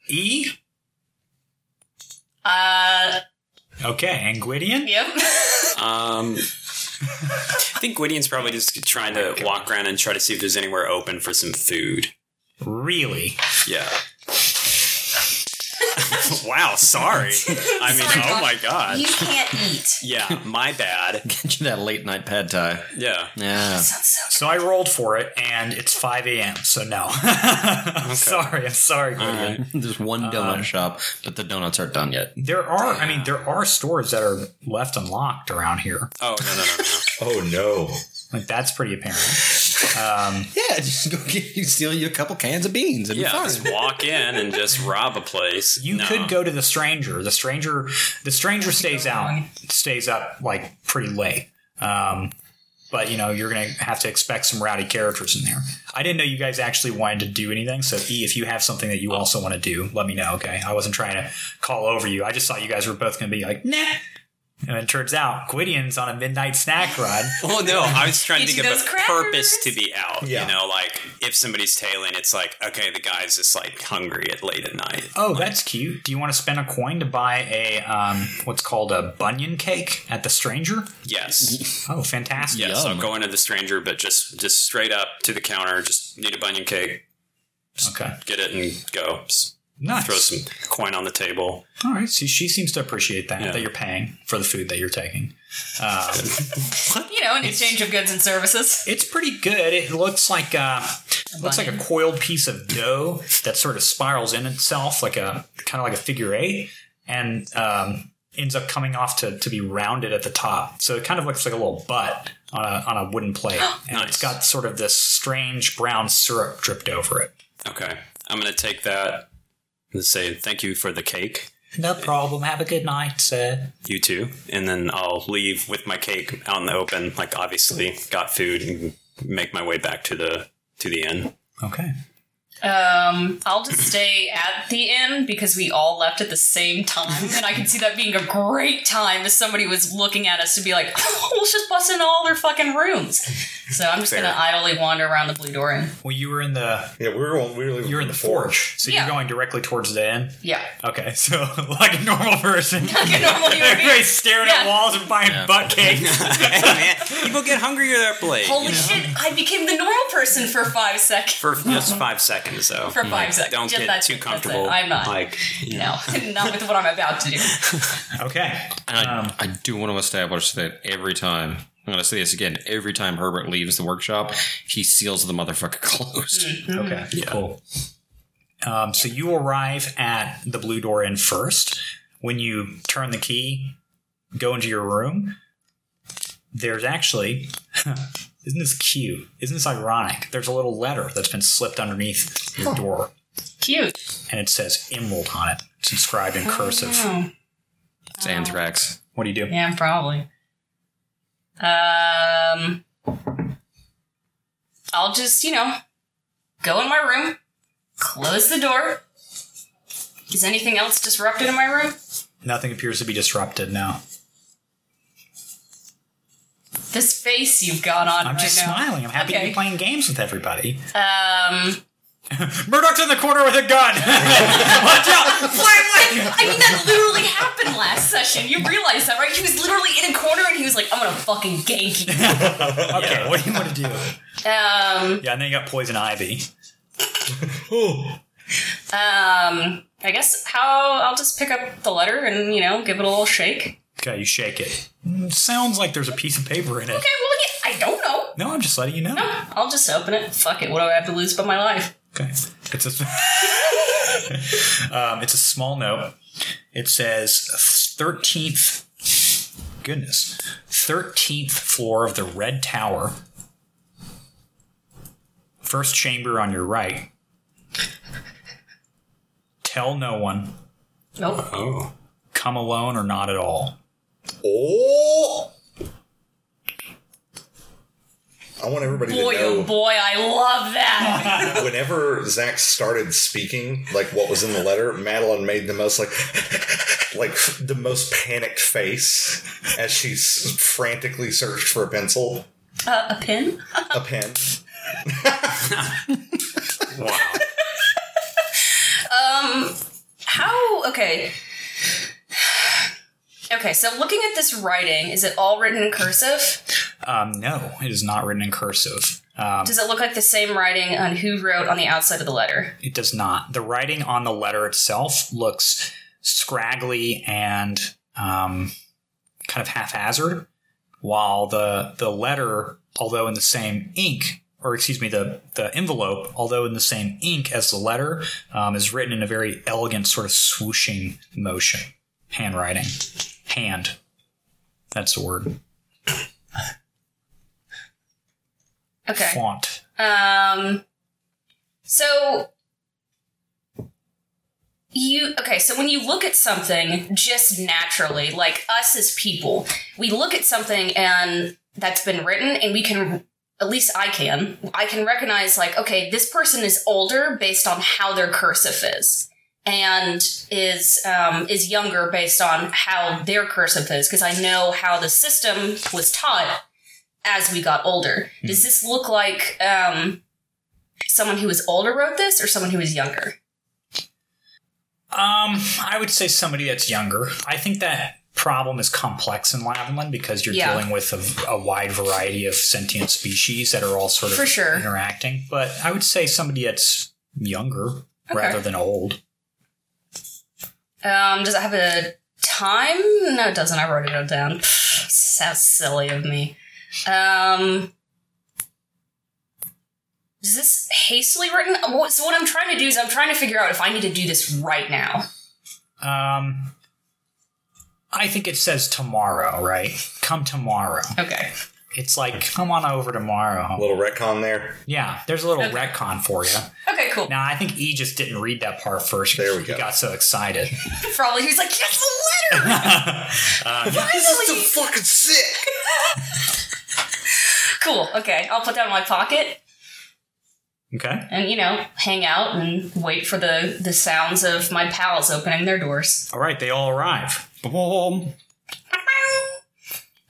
Speaker 4: e?
Speaker 1: uh,
Speaker 4: Okay, and Gwydion?
Speaker 1: yep.
Speaker 2: Um, I think Gwydion's probably just trying to walk around and try to see if there's anywhere open for some food.
Speaker 4: Really?
Speaker 2: Yeah. [LAUGHS] wow, sorry. I mean,
Speaker 1: Sorry,
Speaker 2: oh
Speaker 1: Doc.
Speaker 2: my god.
Speaker 1: You can't eat.
Speaker 2: Yeah, my bad.
Speaker 5: [LAUGHS] Get you that late night pad tie.
Speaker 2: Yeah.
Speaker 5: Yeah.
Speaker 1: Sounds so
Speaker 4: So I rolled for it, and it's 5 a.m., so no. [LAUGHS] I'm sorry, I'm sorry, Gwydion.
Speaker 5: [LAUGHS] There's one donut shop, but the donuts aren't done yet.
Speaker 4: There are, I mean, there are stores that are left unlocked around here.
Speaker 2: Oh, no, no, no, no.
Speaker 3: Oh no!
Speaker 4: Like, that's pretty apparent. Um,
Speaker 5: Yeah, [LAUGHS] just go get you steal you a couple cans of beans and
Speaker 2: Yeah, just
Speaker 5: [LAUGHS]
Speaker 2: walk in and just rob a place.
Speaker 4: You
Speaker 2: No.
Speaker 4: could go to the stranger. The stranger, the stranger stays out, stays up like pretty late. Um, but you know you're gonna have to expect some rowdy characters in there. I didn't know you guys actually wanted to do anything. So E, if you have something that you also want to do, let me know. Okay, I wasn't trying to call over you. I just thought you guys were both gonna be like nah. And it turns out Gwydion's on a midnight snack run.
Speaker 2: Well, Oh, no, I was trying to
Speaker 1: Get
Speaker 2: think
Speaker 1: you
Speaker 2: of a
Speaker 1: those crackers.
Speaker 2: purpose to be out.
Speaker 3: Yeah.
Speaker 2: You know, like if somebody's tailing, it's like, okay, the guy's just like hungry at late at night.
Speaker 4: Oh, that's cute. Do you want to spend a coin to buy a um, what's called a bunion cake at the stranger?
Speaker 2: Yes.
Speaker 4: Oh, fantastic!
Speaker 2: Yeah, so
Speaker 5: Yum.
Speaker 2: go into the stranger, but just just straight up to the counter, just need a bunion cake,
Speaker 4: Okay,
Speaker 2: get it and go. Just
Speaker 4: nice.
Speaker 2: throw some coin on the table.
Speaker 4: All right. So she seems to appreciate that
Speaker 2: Yeah.
Speaker 4: that you're paying for the food that you're taking.
Speaker 1: You know, an exchange of goods and services.
Speaker 4: It's pretty good. It looks like uh, looks like a
Speaker 1: bunion.
Speaker 4: coiled piece of dough that sort of spirals in itself, like a kind of like a figure eight, and um, ends up coming off to, to be rounded at the top. So it kind of looks like a little butt on a on a wooden [GASPS] plate, and
Speaker 2: Nice.
Speaker 4: it's got sort of this strange brown syrup dripped over it.
Speaker 2: Okay. I'm gonna take that and say thank you for the cake.
Speaker 4: No problem. Have a good night, sir.
Speaker 2: You too. And then I'll leave with my cake out in the open. Like obviously got food and make my way back to the to the inn.
Speaker 4: Okay.
Speaker 1: Um, I'll just stay at the inn because we all left at the same time, and I can see that being a great time if somebody was looking at us to be like, oh, "We'll just bust into all their fucking rooms." So I'm just gonna
Speaker 2: Fair.
Speaker 1: idly wander around the blue door inn.
Speaker 4: Well, you were in the
Speaker 3: Yeah, we were on, we were
Speaker 4: you're in the forge, so
Speaker 1: Yeah.
Speaker 4: you're going directly towards the end.
Speaker 2: [LAUGHS]
Speaker 1: Yeah,
Speaker 4: Okay, [LAUGHS] so like a normal [LAUGHS] person.
Speaker 1: you know what you would be?
Speaker 4: Everybody's staring at
Speaker 1: Yeah.
Speaker 4: walls and buying
Speaker 5: [LAUGHS] Yeah.
Speaker 4: butt cakes.
Speaker 2: hey man, people get hungrier that late.
Speaker 1: Holy shit! I became the normal person for five seconds.
Speaker 2: for just five seconds though.
Speaker 1: For five seconds,
Speaker 2: Don't
Speaker 1: Yeah,
Speaker 2: get
Speaker 1: that's
Speaker 2: too
Speaker 1: it, that's it.
Speaker 2: comfortable.
Speaker 1: I'm not.
Speaker 2: Like you know.
Speaker 1: no, [LAUGHS] not with what I'm about to do.
Speaker 4: okay.
Speaker 5: And I,
Speaker 1: Um,
Speaker 5: I do want to establish that every time, I'm going to say this again, every time Herbert leaves the workshop, he seals the motherfucker [LAUGHS] closed.
Speaker 4: Okay. Cool. Um, so you arrive at the Blue Door Inn first. When you turn the key, go into your room, there's actually. [LAUGHS] Isn't this cute? Isn't this ironic? There's a little letter that's been slipped underneath your door,
Speaker 1: Cute.
Speaker 4: and it says "Emerald" on it. It's inscribed in cursive.
Speaker 1: Oh,
Speaker 5: It's anthrax.
Speaker 4: What do you do?
Speaker 1: yeah, probably. Um, I'll just, you know, go in my room, close the door. Is anything else disrupted in my room?
Speaker 4: Nothing appears to be disrupted now.
Speaker 1: This face you've got on
Speaker 4: I'm
Speaker 1: right
Speaker 4: just
Speaker 1: now.
Speaker 4: smiling. I'm happy to
Speaker 1: Okay.
Speaker 4: be playing games with everybody.
Speaker 1: Um,
Speaker 4: [LAUGHS] Murdoch's in the corner with a gun. [LAUGHS] Watch out! Flame
Speaker 1: I mean, that literally happened last session. You realize that, right? He was literally in a corner and he was like, I'm gonna fucking gank you.
Speaker 4: Okay, what do you want to do?
Speaker 1: Um,
Speaker 4: Yeah, and then you got poison ivy. [GASPS] Oh!
Speaker 1: um, I guess how I'll just pick up the letter and, you know, give it a little shake. Okay,
Speaker 4: Okay, you shake it. Mm, Sounds like there's a piece of paper in it.
Speaker 1: well, yeah, I don't know.
Speaker 4: No, I'm just letting you know.
Speaker 1: I'll just open it. Fuck it. What do I have to lose but my life?
Speaker 4: Okay. It's a [LAUGHS] um, it's a small note. It says thirteenth. Goodness, thirteenth floor of the Red Tower. First chamber on your right. Tell no one.
Speaker 1: Nope.
Speaker 2: Oh,
Speaker 4: Come alone or not at all.
Speaker 3: Oh! I want everybody
Speaker 1: Boy,
Speaker 3: to
Speaker 1: oh
Speaker 3: know
Speaker 1: boy, I love that.
Speaker 3: whenever Zach started speaking, like what was in the letter, Madeline made the most like, [LAUGHS] like the most panicked face as she s- frantically searched for a pencil,
Speaker 1: uh, [LAUGHS] a pin?
Speaker 3: a pen.
Speaker 2: wow.
Speaker 1: Um, How? Okay. Okay, so looking at this writing, is it all written in cursive?
Speaker 4: Um, no, it is not written in cursive. Um,
Speaker 1: Does it look like the same writing on who wrote on the outside of the letter?
Speaker 4: It does not. The writing on the letter itself looks scraggly and um, kind of haphazard, while the the letter, although in the same ink, or excuse me, the the envelope, although in the same ink as the letter, um, is written in a very elegant sort of swooshing motion, handwriting, hand. That's the word.
Speaker 1: Okay.
Speaker 4: Font.
Speaker 1: Um. So you okay? So when you look at something, just naturally, like us as people, we look at something and that's been written, and we can. At least I can. I can recognize, like, okay, this person is older based on how their cursive is, and is um, is younger based on how their cursive is, because I know how the system was taught as we got older. Does this look like um, someone who was older wrote this or someone who was younger?
Speaker 4: Um, I would say somebody that's younger. I think that problem is complex in Lavinland because you're
Speaker 1: Yeah.
Speaker 4: dealing with a, a wide variety of sentient species that are all sort of
Speaker 1: For sure.
Speaker 4: interacting. But I would say somebody that's younger rather than old.
Speaker 1: Um, does it have a time? No, it doesn't. I wrote it all down. Sounds silly of me. Um, is this hastily written? What- So what I'm trying to do is I'm trying to figure out if I need to do this right now.
Speaker 4: Um, I think it says tomorrow, right? Come tomorrow.
Speaker 1: Okay.
Speaker 4: It's like come on over tomorrow.
Speaker 3: Little retcon there.
Speaker 4: Yeah, there's a little
Speaker 1: Okay.
Speaker 4: retcon for you.
Speaker 1: Okay. Cool.
Speaker 4: Now I think E just didn't read that part first.
Speaker 3: There we
Speaker 4: He
Speaker 3: go.
Speaker 4: got so
Speaker 3: [LAUGHS]
Speaker 4: excited.
Speaker 1: [LAUGHS]
Speaker 4: [LAUGHS]
Speaker 1: Probably he's like, yes, the letter.
Speaker 3: This is so fucking sick.
Speaker 1: cool. Okay. I'll put that in my pocket.
Speaker 4: Okay.
Speaker 1: and you know hang out and wait for the the sounds of my pals opening their doors
Speaker 4: All right, they all arrive.
Speaker 5: Boom.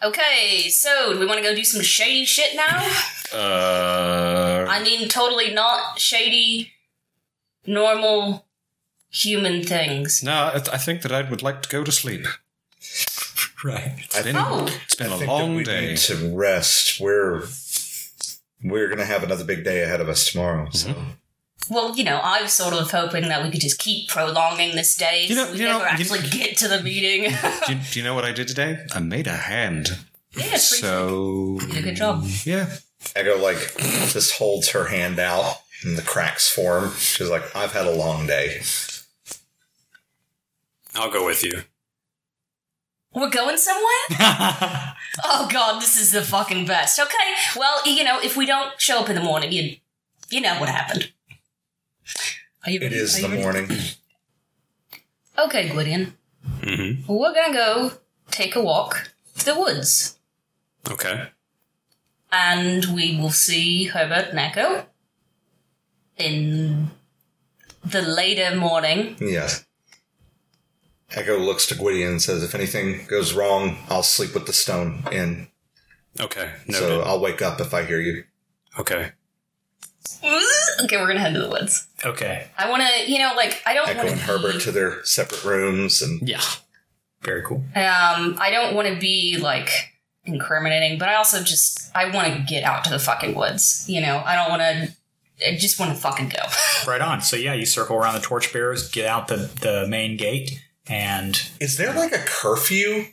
Speaker 1: okay so do we want to go do some shady shit now
Speaker 5: [SIGHS] Uh,
Speaker 1: i mean totally not shady normal human things
Speaker 5: no, I, th- I think that I would like to go to [LAUGHS] sleep.
Speaker 4: Right.
Speaker 5: It's been,
Speaker 1: Oh.
Speaker 5: it's been
Speaker 3: I
Speaker 5: a
Speaker 3: think that
Speaker 5: long
Speaker 3: we
Speaker 5: day.
Speaker 3: need to rest. We're we're gonna have another big day ahead of us tomorrow. So
Speaker 5: Mm-hmm.
Speaker 1: well you know i was sort of hoping that we could just keep prolonging this day
Speaker 5: You know-
Speaker 1: so we
Speaker 5: you know,
Speaker 1: never
Speaker 5: you-
Speaker 1: actually get to the meeting [LAUGHS] yeah
Speaker 5: Do you, do you know what I did today? I made a hand.
Speaker 1: it's pretty
Speaker 5: So mm,
Speaker 1: you did a good job
Speaker 5: yeah,
Speaker 3: Echo like just holds her hand out, and the cracks form. She's like, "I've had a long day."
Speaker 2: I'll go with you.
Speaker 1: We're going somewhere?
Speaker 3: [LAUGHS]
Speaker 1: oh god, this is the fucking best. Okay, well, you know, if we don't show up in the morning, you you know what happened. Are you
Speaker 3: It
Speaker 1: ready?
Speaker 3: is
Speaker 1: Are you
Speaker 3: the
Speaker 1: ready?
Speaker 3: morning.
Speaker 1: Okay, Gwydion.
Speaker 2: Mm-hmm.
Speaker 1: We're gonna go take a walk to the woods.
Speaker 2: Okay.
Speaker 1: And we will see Herbert and Echo in the later morning. [LAUGHS]
Speaker 3: Yes. Echo looks to Gwydion and says, If anything goes wrong, I'll sleep with the stone in.
Speaker 2: Okay.
Speaker 3: So uh,
Speaker 2: Noted.
Speaker 3: I'll wake up if I hear you.
Speaker 2: okay.
Speaker 1: Okay, we're gonna head to the woods.
Speaker 4: Okay.
Speaker 1: I wanna, you know, like, I don't
Speaker 3: Echo
Speaker 1: wanna.
Speaker 3: and Herbert to their separate rooms and
Speaker 5: Yeah.
Speaker 4: Very cool.
Speaker 1: Um, I don't want to be like incriminating, but I also just I want to get out to the fucking woods. You know, I don't want to. I just want to fucking go. [LAUGHS]
Speaker 4: Right on. So yeah, you circle around the torchbearers, get out the, the main gate, and
Speaker 3: Is there like a curfew?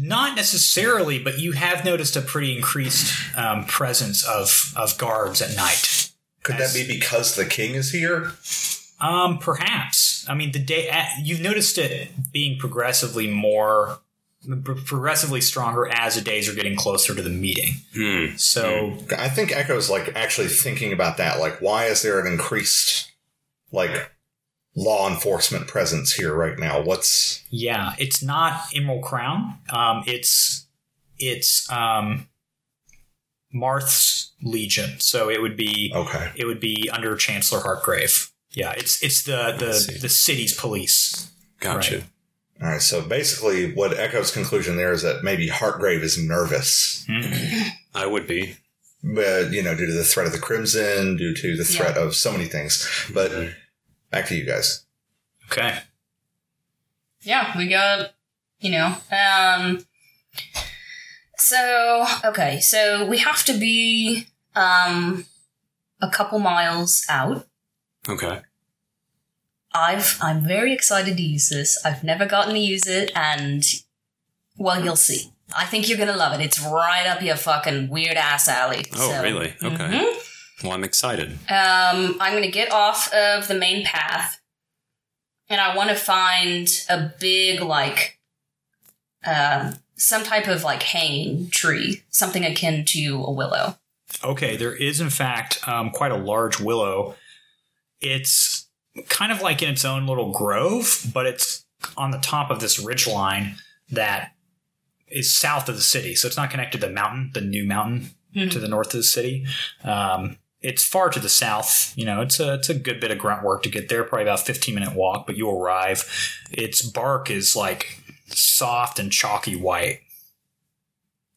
Speaker 4: not necessarily, but you have noticed a pretty increased um, presence of of guards at night.
Speaker 3: Could that be because the king is here?
Speaker 4: Um, perhaps. I mean, the day at, you've noticed it being progressively more, pro- progressively stronger as the days are getting closer to the meeting.
Speaker 2: Hmm.
Speaker 4: So
Speaker 3: I think Echo's like actually thinking about that. Like, why is there an increased like law enforcement presence here right now? What's
Speaker 4: yeah, it's not Emerald Crown. Um, it's it's um, Marth's Legion. So it would be
Speaker 3: okay?
Speaker 4: it would be under Chancellor Hartgrave. Yeah, it's it's the
Speaker 2: see.
Speaker 4: the, the city's police.
Speaker 2: Gotcha.
Speaker 4: Right.
Speaker 3: All right. So basically, what Echo's conclusion there is that maybe Hartgrave is nervous,
Speaker 4: Hmm.
Speaker 2: I would be.
Speaker 3: but uh, you know, due to the threat of the Crimson, due to the threat of so many things. But back to you guys.
Speaker 4: Okay.
Speaker 1: yeah, we got you know. Um, so okay, so we have to be um a couple miles out.
Speaker 2: Okay.
Speaker 1: I've I'm very excited to use this. I've never gotten to use it, and well, you'll see. I think you're gonna love it. It's right up your fucking weird ass alley.
Speaker 2: Oh,
Speaker 1: so-
Speaker 2: really? Okay.
Speaker 1: Mhm.
Speaker 2: Well, I'm excited.
Speaker 1: Um, I'm going to get off of the main path and I want to find a big, like, um, some type of like hanging tree, something akin to a willow.
Speaker 4: Okay, there is in fact um, quite a large willow. It's kind of like in its own little grove, but it's on the top of this ridge line that is south of the city. So it's not connected to the mountain, the new mountain
Speaker 1: Mhm.
Speaker 4: to the north of the city. Um, it's far to the south. You know, it's a it's a good bit of grunt work to get there. Probably about fifteen minute walk, but you arrive. Its bark is like soft and chalky white.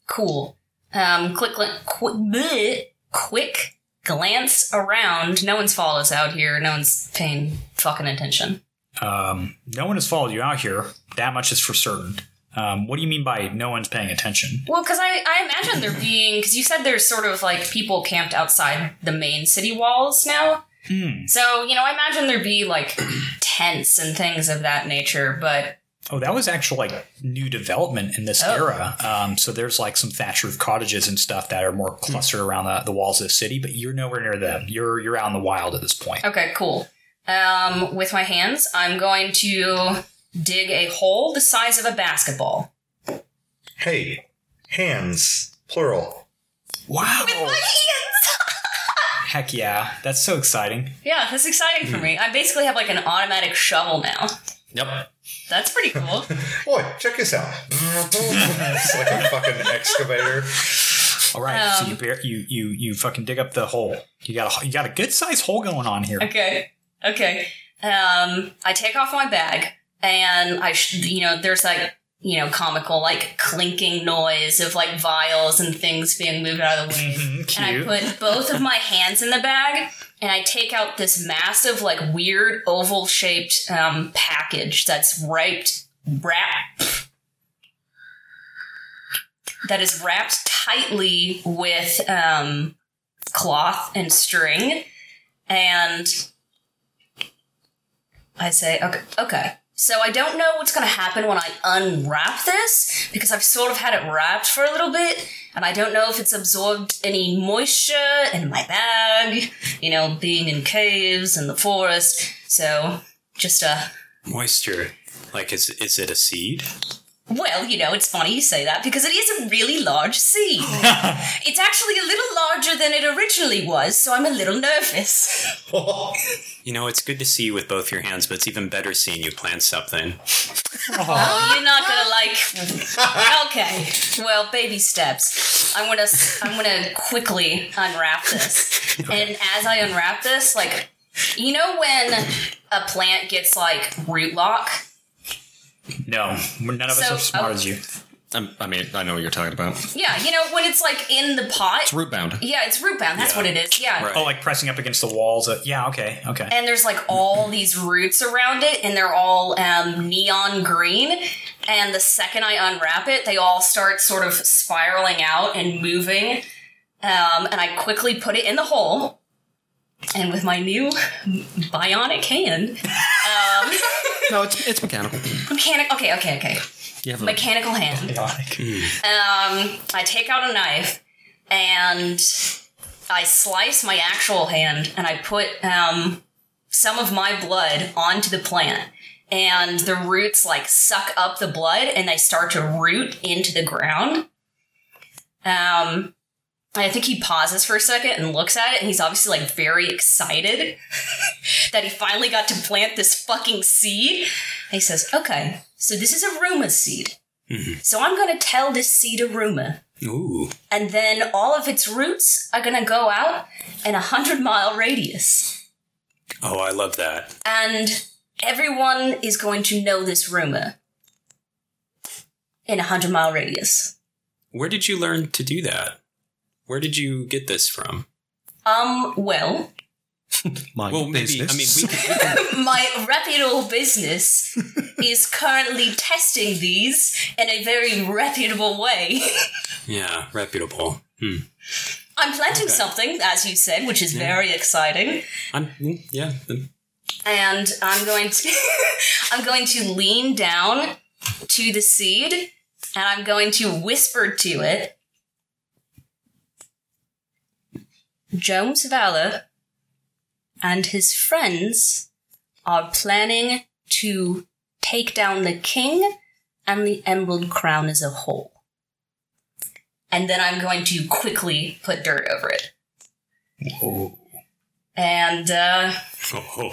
Speaker 1: Cool. Um, quick, quick, bleh, quick glance around. No one's follows out here. No one's paying fucking attention.
Speaker 4: Um, no one has followed you out here. That much is for certain. Um, what do you mean by no one's paying attention?
Speaker 1: Well, because I, I imagine there being, because you said there's sort of like people camped outside the main city walls now.
Speaker 4: Hmm.
Speaker 1: So, you know, I imagine there'd be like [CLEARS THROAT] tents and things of that nature, but
Speaker 4: Oh, that was actual like new development in this
Speaker 1: Oh.
Speaker 4: era. Um, so there's like some thatch roof cottages and stuff that are more
Speaker 1: Hmm.
Speaker 4: clustered around the, the walls of the city, but you're nowhere near them. You're you're out in the wild at this point.
Speaker 1: okay, cool. Um, with my hands, I'm going to dig a hole the size of a basketball.
Speaker 3: Hey, hands, plural.
Speaker 4: Wow!
Speaker 1: hands!
Speaker 4: Heck yeah, that's so exciting.
Speaker 1: Yeah, that's exciting for me. I basically have like an automatic shovel now.
Speaker 5: Yep.
Speaker 1: That's pretty cool.
Speaker 3: Boy, check this out. it's like a fucking excavator.
Speaker 4: All right, so
Speaker 1: Um.
Speaker 4: you, bear, you you you fucking dig up the hole. You got a, you got a good size hole going on here.
Speaker 1: okay, okay. Um, I take off my bag and I, sh- you know, there's like, you know, comical like clinking noise of like vials and things being moved out of the way.
Speaker 4: Mhm, Cute.
Speaker 1: and I put both of my hands in the bag, and I take out this massive, like weird oval shaped um, package that's wrapped wrap that is wrapped tightly with um, cloth and string, and I say, okay, okay. So I don't know what's going to happen when I unwrap this because I've sort of had it wrapped for a little bit, and I don't know if it's absorbed any moisture in my bag. You know, being in caves and the forest, so just uh, a
Speaker 2: Moisture. Like, is is it a seed?
Speaker 1: Well, you know, it's funny you say that because it is a really large seed. it's actually a little larger than it originally was, so I'm a little nervous.
Speaker 2: You know, it's good to see you with both your hands, but it's even better seeing you plant something.
Speaker 1: You're not gonna like. Okay, well, baby steps. I'm gonna I'm gonna quickly unwrap this, and as I unwrap this, like, you know, when a plant gets like root lock.
Speaker 4: No, none of us
Speaker 1: So-
Speaker 4: are smart
Speaker 1: oh.
Speaker 4: as you.
Speaker 5: I'm, Um, I mean, I know what you're talking about.
Speaker 1: Yeah, you know when it's like in the pot.
Speaker 5: It's root bound.
Speaker 1: Yeah, it's root bound. That's what it is. Yeah.
Speaker 2: Right.
Speaker 4: Oh, like pressing up against the walls. Of, yeah, okay, okay.
Speaker 1: and there's like all these roots around it and they're all um, neon green and the second i unwrap it they all start sort of spiraling out and moving um, and i quickly put it in the hole and with my new bionic hand
Speaker 5: No, it's it's mechanical.
Speaker 1: mechanic okay okay okay
Speaker 5: You have a,
Speaker 1: mechanical hand um, i take out a knife and i slice my actual hand and i put um, some of my blood onto the plant and the roots like suck up the blood and they start to root into the ground um I think he pauses for a second and looks at it, and he's obviously like very excited [LAUGHS] that he finally got to plant this fucking seed. And he says, Okay, so this is a Ruma seed. So I'm gonna tell this seed a Ruma.
Speaker 2: Ooh,
Speaker 1: And then all of its roots are gonna go out in a hundred mile radius
Speaker 2: oh, I love that.
Speaker 1: and everyone is going to know this rumor in a hundred mile radius.
Speaker 2: Where did you learn to do that? Where did you get this from?
Speaker 1: Um, well,
Speaker 5: my
Speaker 2: Well, maybe I mean we
Speaker 4: [LAUGHS]
Speaker 2: could, we could-
Speaker 1: my reputable business is currently testing these in a very reputable way. [LAUGHS]
Speaker 2: yeah, reputable. Hmm.
Speaker 1: I'm planting something, as you said, which is very exciting,
Speaker 2: I'm mm, yeah. mm.
Speaker 1: and I'm going to [LAUGHS] I'm going to lean down to the seed, and I'm going to whisper to it. Jones Valor and his friends are planning to take down the king and the Emerald Crown as a whole. And then I'm going to quickly put dirt over it. And uh,
Speaker 4: Oh,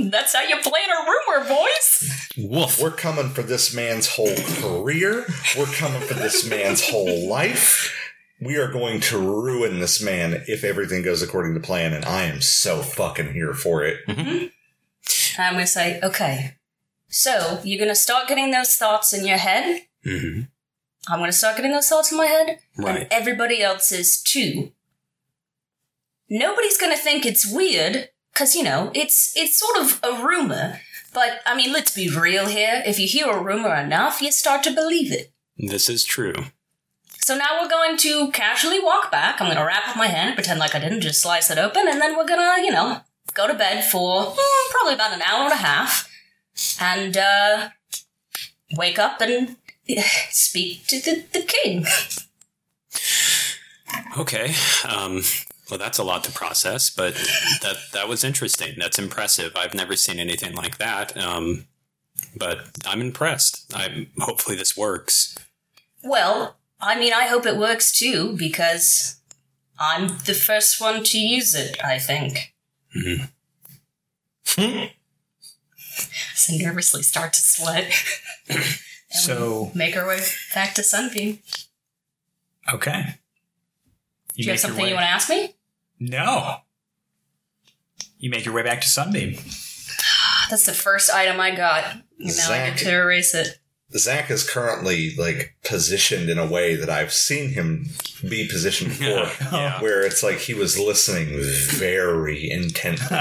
Speaker 1: [LAUGHS] that's how you plan a rumor, boys.
Speaker 5: woof.
Speaker 3: We're coming for this man's whole career. We're coming for this man's whole life. We are going to ruin this man if everything goes according to plan, and I am so fucking here for it.
Speaker 1: And I'm going to say, okay, so you're going to start getting those thoughts in your head.
Speaker 2: Mhm.
Speaker 1: I'm going to start getting those thoughts in my head.
Speaker 2: Right.
Speaker 1: And everybody else's too. Nobody's going to think it's weird because, you know, it's, it's sort of a rumor. But, I mean, let's be real here. If you hear a rumor enough, you start to believe it.
Speaker 2: This is true.
Speaker 1: So now we're going to casually walk back. I'm going to wrap up my hand, pretend like I didn't just slice it open, and then we're going to, you know, go to bed for hmm, probably about an hour and a half and uh, wake up and [SIGHS] speak to the, the king.
Speaker 2: Okay. Um, well, that's a lot to process, but that that was interesting. That's impressive. I've never seen anything like that. Um, but I'm impressed. I hopefully this works.
Speaker 1: Well, I mean, I hope it works too, because I'm the first one to use it, I think.
Speaker 4: Mm-hmm.
Speaker 1: [LAUGHS] so nervously start to sweat, [LAUGHS]
Speaker 4: So
Speaker 1: make our way back to Sunbeam.
Speaker 4: okay.
Speaker 1: Do you have
Speaker 4: make your
Speaker 1: something
Speaker 4: way-
Speaker 1: you want to ask me?
Speaker 4: No. You make your way back to Sunbeam. [LAUGHS]
Speaker 1: Ah, That's the first item I got. And now I get
Speaker 3: Zach.
Speaker 1: to erase it.
Speaker 3: Zach is currently like positioned in a way that I've seen him be positioned before, where it's like he was listening very intently,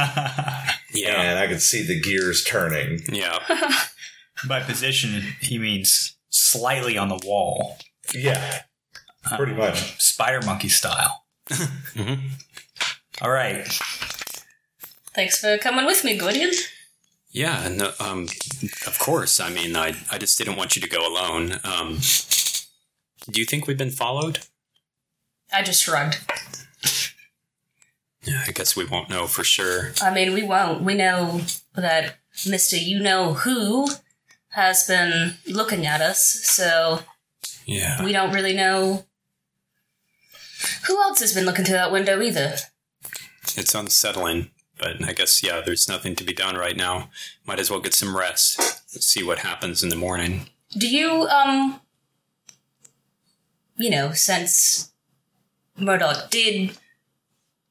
Speaker 2: Yeah.
Speaker 3: and I could see the gears turning.
Speaker 2: Yeah.
Speaker 4: By position, he means slightly on the wall,
Speaker 3: Yeah, pretty much.
Speaker 4: spider monkey style. All right.
Speaker 1: Thanks for coming with me, Gwydion.
Speaker 2: Yeah. And uh, um, of course. I mean, I I just didn't want you to go alone. Um, do you think we've been followed?
Speaker 1: I just shrugged.
Speaker 2: Yeah, I guess we won't know for sure.
Speaker 1: I mean, we won't. We know that
Speaker 6: Mister You Know Who has been looking at us, so
Speaker 2: Yeah.
Speaker 6: we don't really know who else has been looking through that window either.
Speaker 2: It's unsettling, but I guess, yeah, there's nothing to be done right now. Might as well get some rest. See what happens in the morning.
Speaker 6: Do you, um, you know, since Murdoch did,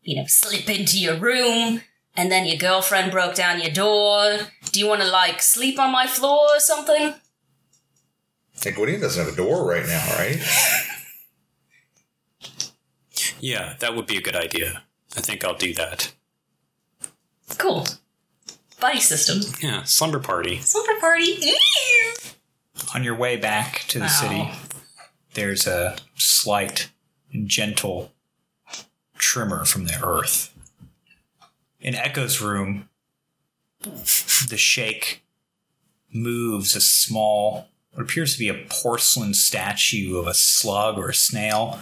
Speaker 6: you know, slip into your room and then your girlfriend broke down your door, do you want to, like, sleep on my floor or something?
Speaker 3: Like, Gwydion doesn't have a door right now, right?
Speaker 2: Yeah, that would be a good idea. I think I'll do that.
Speaker 6: Cool. Buddy system.
Speaker 2: Yeah, slumber party.
Speaker 6: Slumber party. Ew.
Speaker 4: On your way back to the city,
Speaker 6: Wow.
Speaker 4: there's a slight and gentle tremor from the earth. In Echo's room, the shake moves a small, what appears to be a porcelain statue of a slug or a snail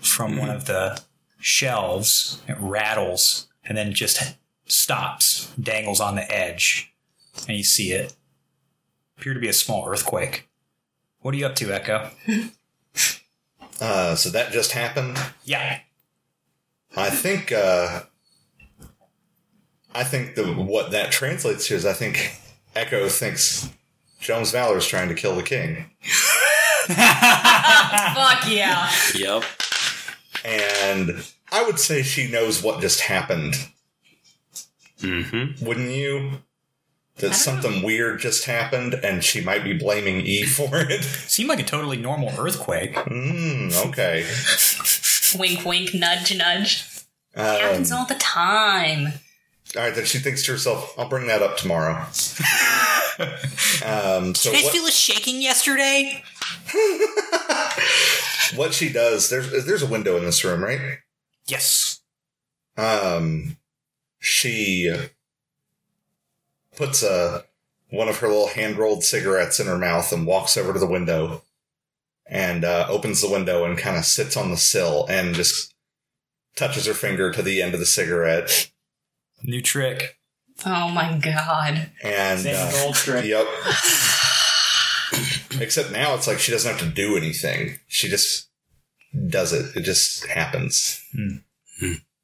Speaker 4: from one of the shelves. It rattles and then just stops, dangles on the edge, and you see it appear to be a small earthquake. What are you up to, Echo?
Speaker 3: Uh, so that just happened.
Speaker 4: Yeah.
Speaker 3: I think uh, I think the what that translates to is I think Echo thinks Jones Valor is trying to kill the king,
Speaker 6: Fuck yeah.
Speaker 2: Yep.
Speaker 3: and I would say she knows what just happened.
Speaker 2: Mm-hmm.
Speaker 3: Wouldn't you? That something weird just happened, and she might be blaming E for it. [LAUGHS]
Speaker 4: Seemed like a totally normal earthquake.
Speaker 3: Mm, okay.
Speaker 6: Wink, wink, nudge, nudge.
Speaker 3: Um,
Speaker 6: Happens all the time.
Speaker 3: all right, then she thinks to herself, "I'll bring that up tomorrow." um, so what-
Speaker 4: a shaking yesterday?
Speaker 3: [LAUGHS] what she does there's there's a window in this room right
Speaker 4: Yes.
Speaker 3: um she puts a one of her little hand rolled cigarettes in her mouth and walks over to the window and uh, opens the window and kind of sits on the sill and just touches her finger to the end of the cigarette
Speaker 4: [LAUGHS] New trick.
Speaker 6: Oh my god.
Speaker 3: and uh, yep [COUGHS] except now it's like she doesn't have to do anything she just does it it just happens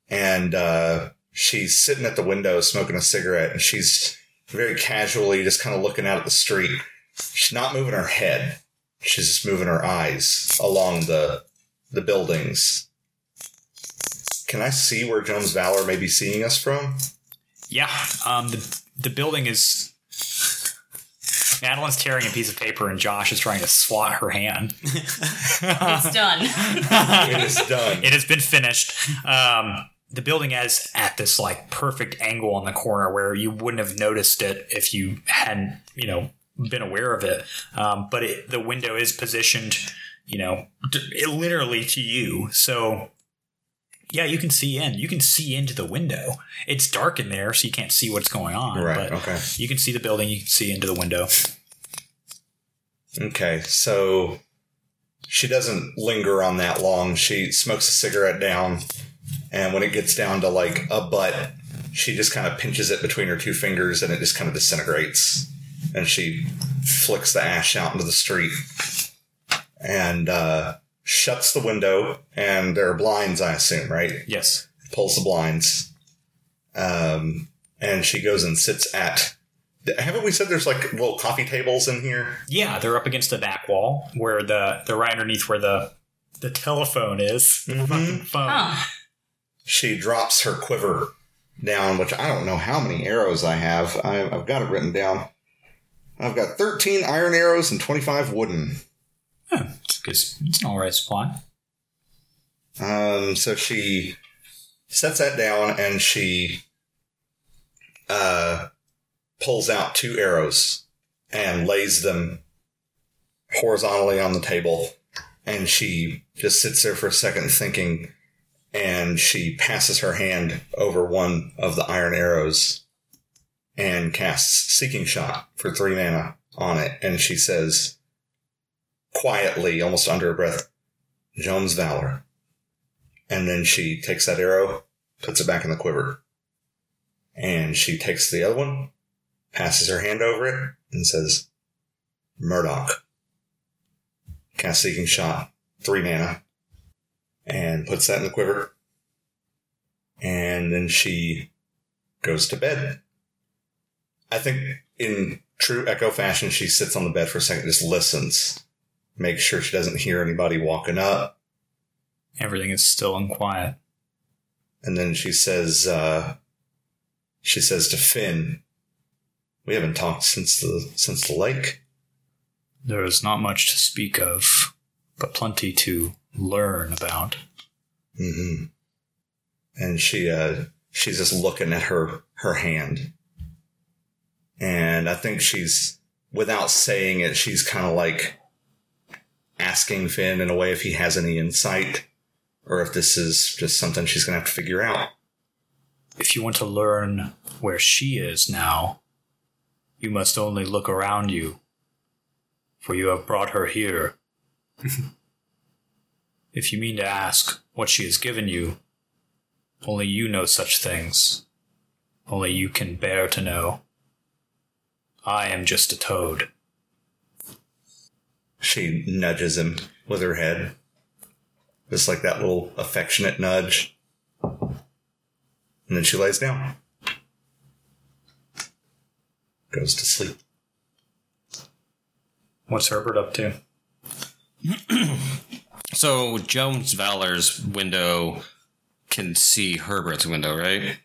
Speaker 3: and uh, she's sitting at the window smoking a cigarette and she's very casually just kind of looking out at the street she's not moving her head she's just moving her eyes along the the buildings can i see where jones valor may be seeing us from
Speaker 4: Yeah. Um, the, the building is. Madeline's tearing a piece of paper and Josh is trying to swat her hand.
Speaker 6: It's done.
Speaker 3: [LAUGHS] it is
Speaker 4: [LAUGHS]
Speaker 3: done
Speaker 4: It has been finished. Um, the building is at this like perfect angle on the corner where you wouldn't have noticed it if you hadn't, you know, been aware of it. Um, but it, the window is positioned, you know, d- it literally to you. So yeah, you can see in. You can see into the window. It's dark in there, so you can't see what's going on.
Speaker 3: Right,
Speaker 4: But
Speaker 3: okay.
Speaker 4: You can see the building. You can see into the window.
Speaker 3: okay so she doesn't linger on that long she smokes a cigarette down and when it gets down to like a butt she just kind of pinches it between her two fingers and it just kind of disintegrates and she flicks the ash out into the street and uh, shuts the window and there are blinds i assume right
Speaker 4: Yes.
Speaker 3: pulls the blinds um, and she goes and sits at haven't we said there's like little coffee tables in here
Speaker 4: Yeah, they're up against the back wall where the they're right underneath where the the telephone is. The fucking phone.
Speaker 6: Oh.
Speaker 3: she drops her quiver down, which I don't know how many arrows I have. I, I've got it written down. I've got 13 iron arrows and 25 wooden.
Speaker 4: Because it's an all right supply.
Speaker 3: Um, so she sets that down and she uh, pulls out two arrows and lays them horizontally on the table. And she just sits there for a second thinking, and she passes her hand over one of the iron arrows and casts Seeking Shot for three mana on it. And she says, quietly, almost under her breath, Jones Valor and then she takes that arrow, puts it back in the quiver, and she takes the other one, passes her hand over it, and says, Murdoch. Cast Seeking Shot, three mana, and puts that in the quiver. And then she goes to bed. I think in true Echo fashion, she sits on the bed for a second, just listens, makes sure she doesn't hear anybody walking up,
Speaker 4: Everything is still and quiet.
Speaker 3: And then she says, uh, she says to Finn, "We haven't talked since the since the lake."
Speaker 4: There is not much to speak of, but plenty to learn about.
Speaker 3: hmm And she uh, she's just looking at her her hand, and I think she's without saying it, she's kind of like asking Finn in a way if he has any insight or if this is just something she's gonna have to figure out.
Speaker 4: If you want to learn where she is now, you must only look around you, for you have brought her here. if you mean to ask what she has given you, only you know such things. Only you can bear to know. I am just a toad.
Speaker 3: She nudges him with her head. Just like that little affectionate nudge. And then she lays down. Goes to sleep.
Speaker 4: What's Herbert up to?
Speaker 5: So Jones Valor's window can see Herbert's window, right?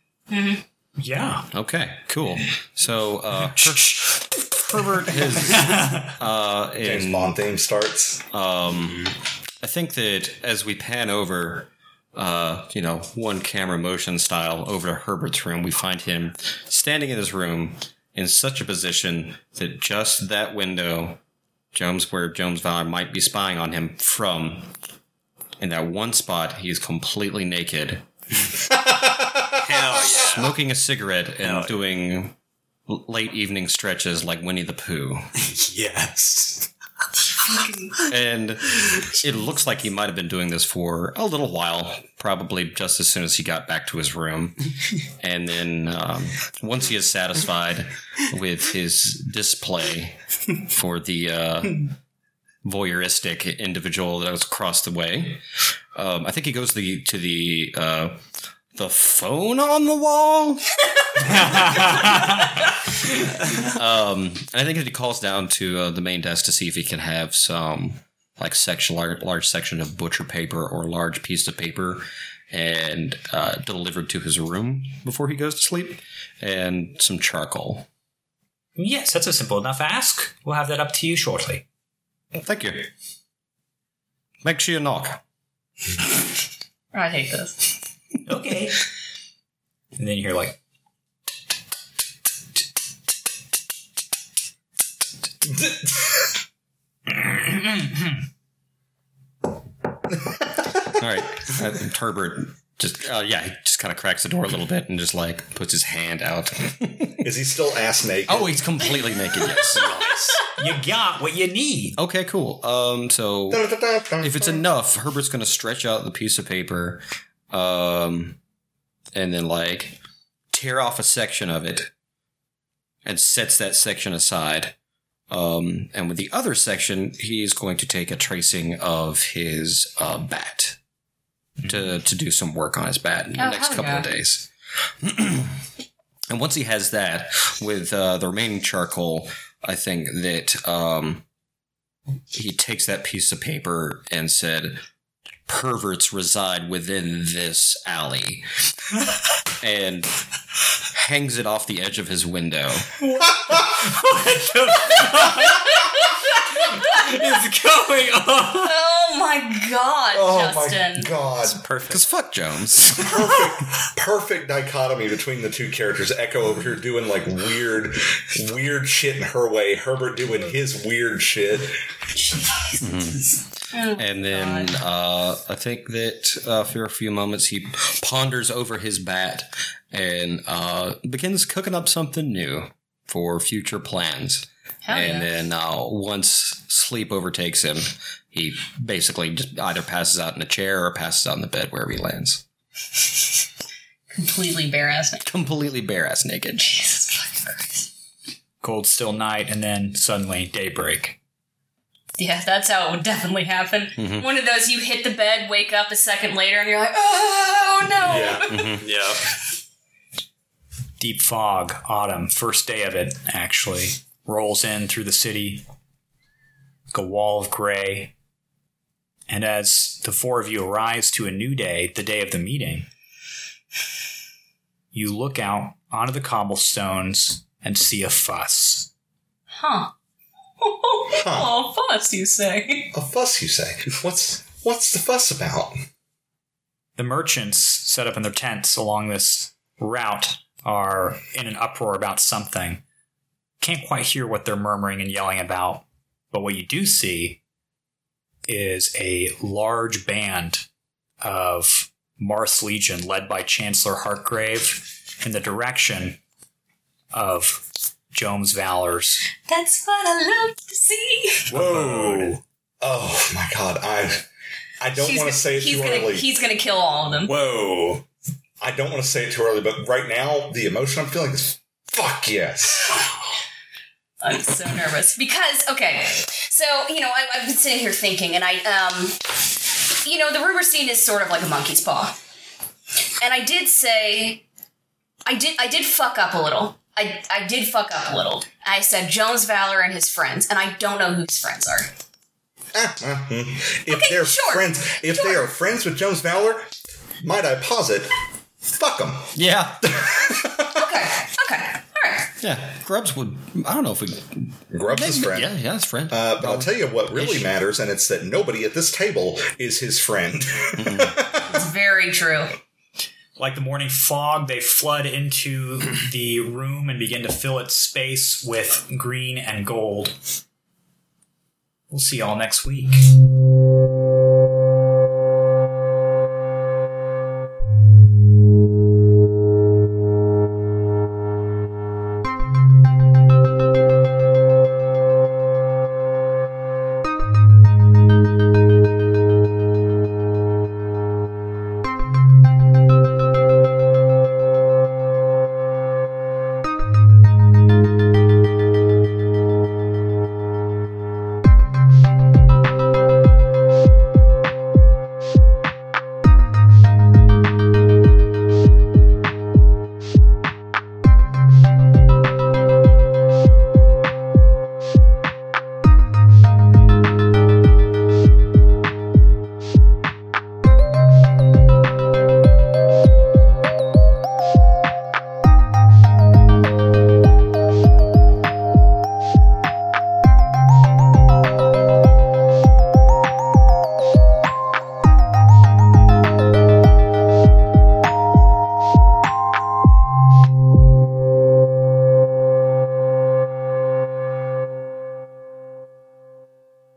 Speaker 4: Yeah.
Speaker 5: Okay, cool. So uh, Her- Herbert has uh,
Speaker 3: James
Speaker 5: in
Speaker 3: Bond theme starts.
Speaker 5: Um, I think that as we pan over, uh, you know, one camera motion style over to Herbert's room, we find him standing in his room in such a position that just that window, Jones, where Jones Valor might be spying on him from, in that one spot, he's completely naked,
Speaker 2: [LAUGHS] Hell yeah.
Speaker 5: smoking a cigarette and
Speaker 2: Hell yeah.
Speaker 5: doing l- late evening stretches like Winnie the Pooh.
Speaker 2: Yes.
Speaker 5: and it looks like he might have been doing this for a little while, probably just as soon as he got back to his room. And then um, once he is satisfied with his display for the uh, voyeuristic individual that was across the way, um, I think he goes the, to the. Uh, the phone on the wall. um, I think that he calls down to uh, the main desk to see if he can have some like section large, large section of butcher paper or large piece of paper and uh, delivered to his room before he goes to sleep and some charcoal.
Speaker 4: Yes, that's a simple enough ask. We'll have that up to you shortly.
Speaker 5: Thank you. Make sure you knock.
Speaker 6: I hate this.
Speaker 4: Okay. [LAUGHS] and then you hear like
Speaker 5: All right, uh, Herbert just uh, yeah, he just kind of cracks the door a little bit and just like puts his hand out.
Speaker 3: Is he still ass naked?
Speaker 5: [LAUGHS] oh, he's completely naked. Yes.
Speaker 4: You got what you need.
Speaker 5: Okay, cool. Um, so if
Speaker 3: if
Speaker 5: it's enough, Herbert's gonna stretch out the piece of paper, um, and then like tear off a section of it, and sets that section aside. Um, and with the other section, he's going to take a tracing of his uh, bat to to do some work on his bat in the
Speaker 6: Oh,
Speaker 5: next
Speaker 6: hell
Speaker 5: couple of
Speaker 6: yeah.
Speaker 5: days. [CLEARS THROAT] and once he has that, with uh, the remaining charcoal, I think that um, he takes that piece of paper and said, "Perverts reside within this alley," and hangs it off the edge of his window.
Speaker 4: It's going on.
Speaker 6: Oh my god,
Speaker 3: Oh
Speaker 6: Justin.
Speaker 3: my god.
Speaker 5: Because fuck Jones.
Speaker 1: [LAUGHS]
Speaker 3: Perfect dichotomy between the two characters. Echo over here doing like weird, weird shit in her way. Herbert doing his weird shit.
Speaker 5: and then uh, I think that uh, for a few moments he ponders over his bat and uh, begins cooking up something new for future plans.
Speaker 6: Hell
Speaker 5: and
Speaker 6: yeah.
Speaker 5: then uh, once sleep overtakes him, he basically just either passes out in a chair or passes out in the bed wherever he lands.
Speaker 6: Completely bare ass.
Speaker 5: Completely bare ass naked.
Speaker 6: Jesus fucking Christ.
Speaker 4: cold, still night, and then suddenly daybreak.
Speaker 1: Yeah, that's how it would definitely happen. One of those you hit the bed, wake up a second later, and you're like, oh no.
Speaker 2: yeah.
Speaker 4: Deep fog, autumn, first day of it, actually, rolls in through the city like a wall of gray. And as the four of you arise to a new day, the day of the meeting, you look out onto the cobblestones and see a fuss.
Speaker 1: [LAUGHS] Huh. [LAUGHS] oh, fuss, you say?
Speaker 3: A fuss, you say? What's what's the fuss about?
Speaker 4: the merchants set up in their tents along this route are in an uproar about something. Can't quite hear what they're murmuring and yelling about, but what you do see is a large band of Mars Legion led by Chancellor Hartgrave in the direction of Jones Valor's.
Speaker 1: That's what I love to see.
Speaker 4: Whoa!
Speaker 3: Oh my god, I I don't
Speaker 1: She's
Speaker 3: want
Speaker 1: gonna-
Speaker 3: to say it
Speaker 1: he's
Speaker 3: too
Speaker 1: gonna,
Speaker 3: early.
Speaker 1: He's going to kill all of them.
Speaker 3: Whoa. I don't want to say it too early, but right now the emotion I'm feeling is fuck yes.
Speaker 1: I'm so nervous because okay, so you know I, I've been sitting here thinking, and I um, you know the rumor scene is sort of like a monkey's paw, and I did say, I did I did fuck up a little. I I did fuck up a little. I said Jones Valor and his friends, and I don't know whose friends are.
Speaker 3: Ah, ah, hmm. if
Speaker 1: Okay,
Speaker 3: they're
Speaker 1: sure.
Speaker 3: friends, if they are friends with Jones Valor, might I posit, fuck them.
Speaker 5: [LAUGHS] Yeah.
Speaker 1: Okay, okay, all right.
Speaker 5: Yeah. Grubs would. I don't know if we.
Speaker 3: Grub's his friend.
Speaker 5: Yeah, yeah, it's friend.
Speaker 3: Uh, but I'll tell you what really
Speaker 5: Ish.
Speaker 3: matters, and it's that nobody at this table is his friend.
Speaker 1: It's very true.
Speaker 4: like the morning fog, they flood into the room and begin to fill its space with green and gold. We'll see y'all next week.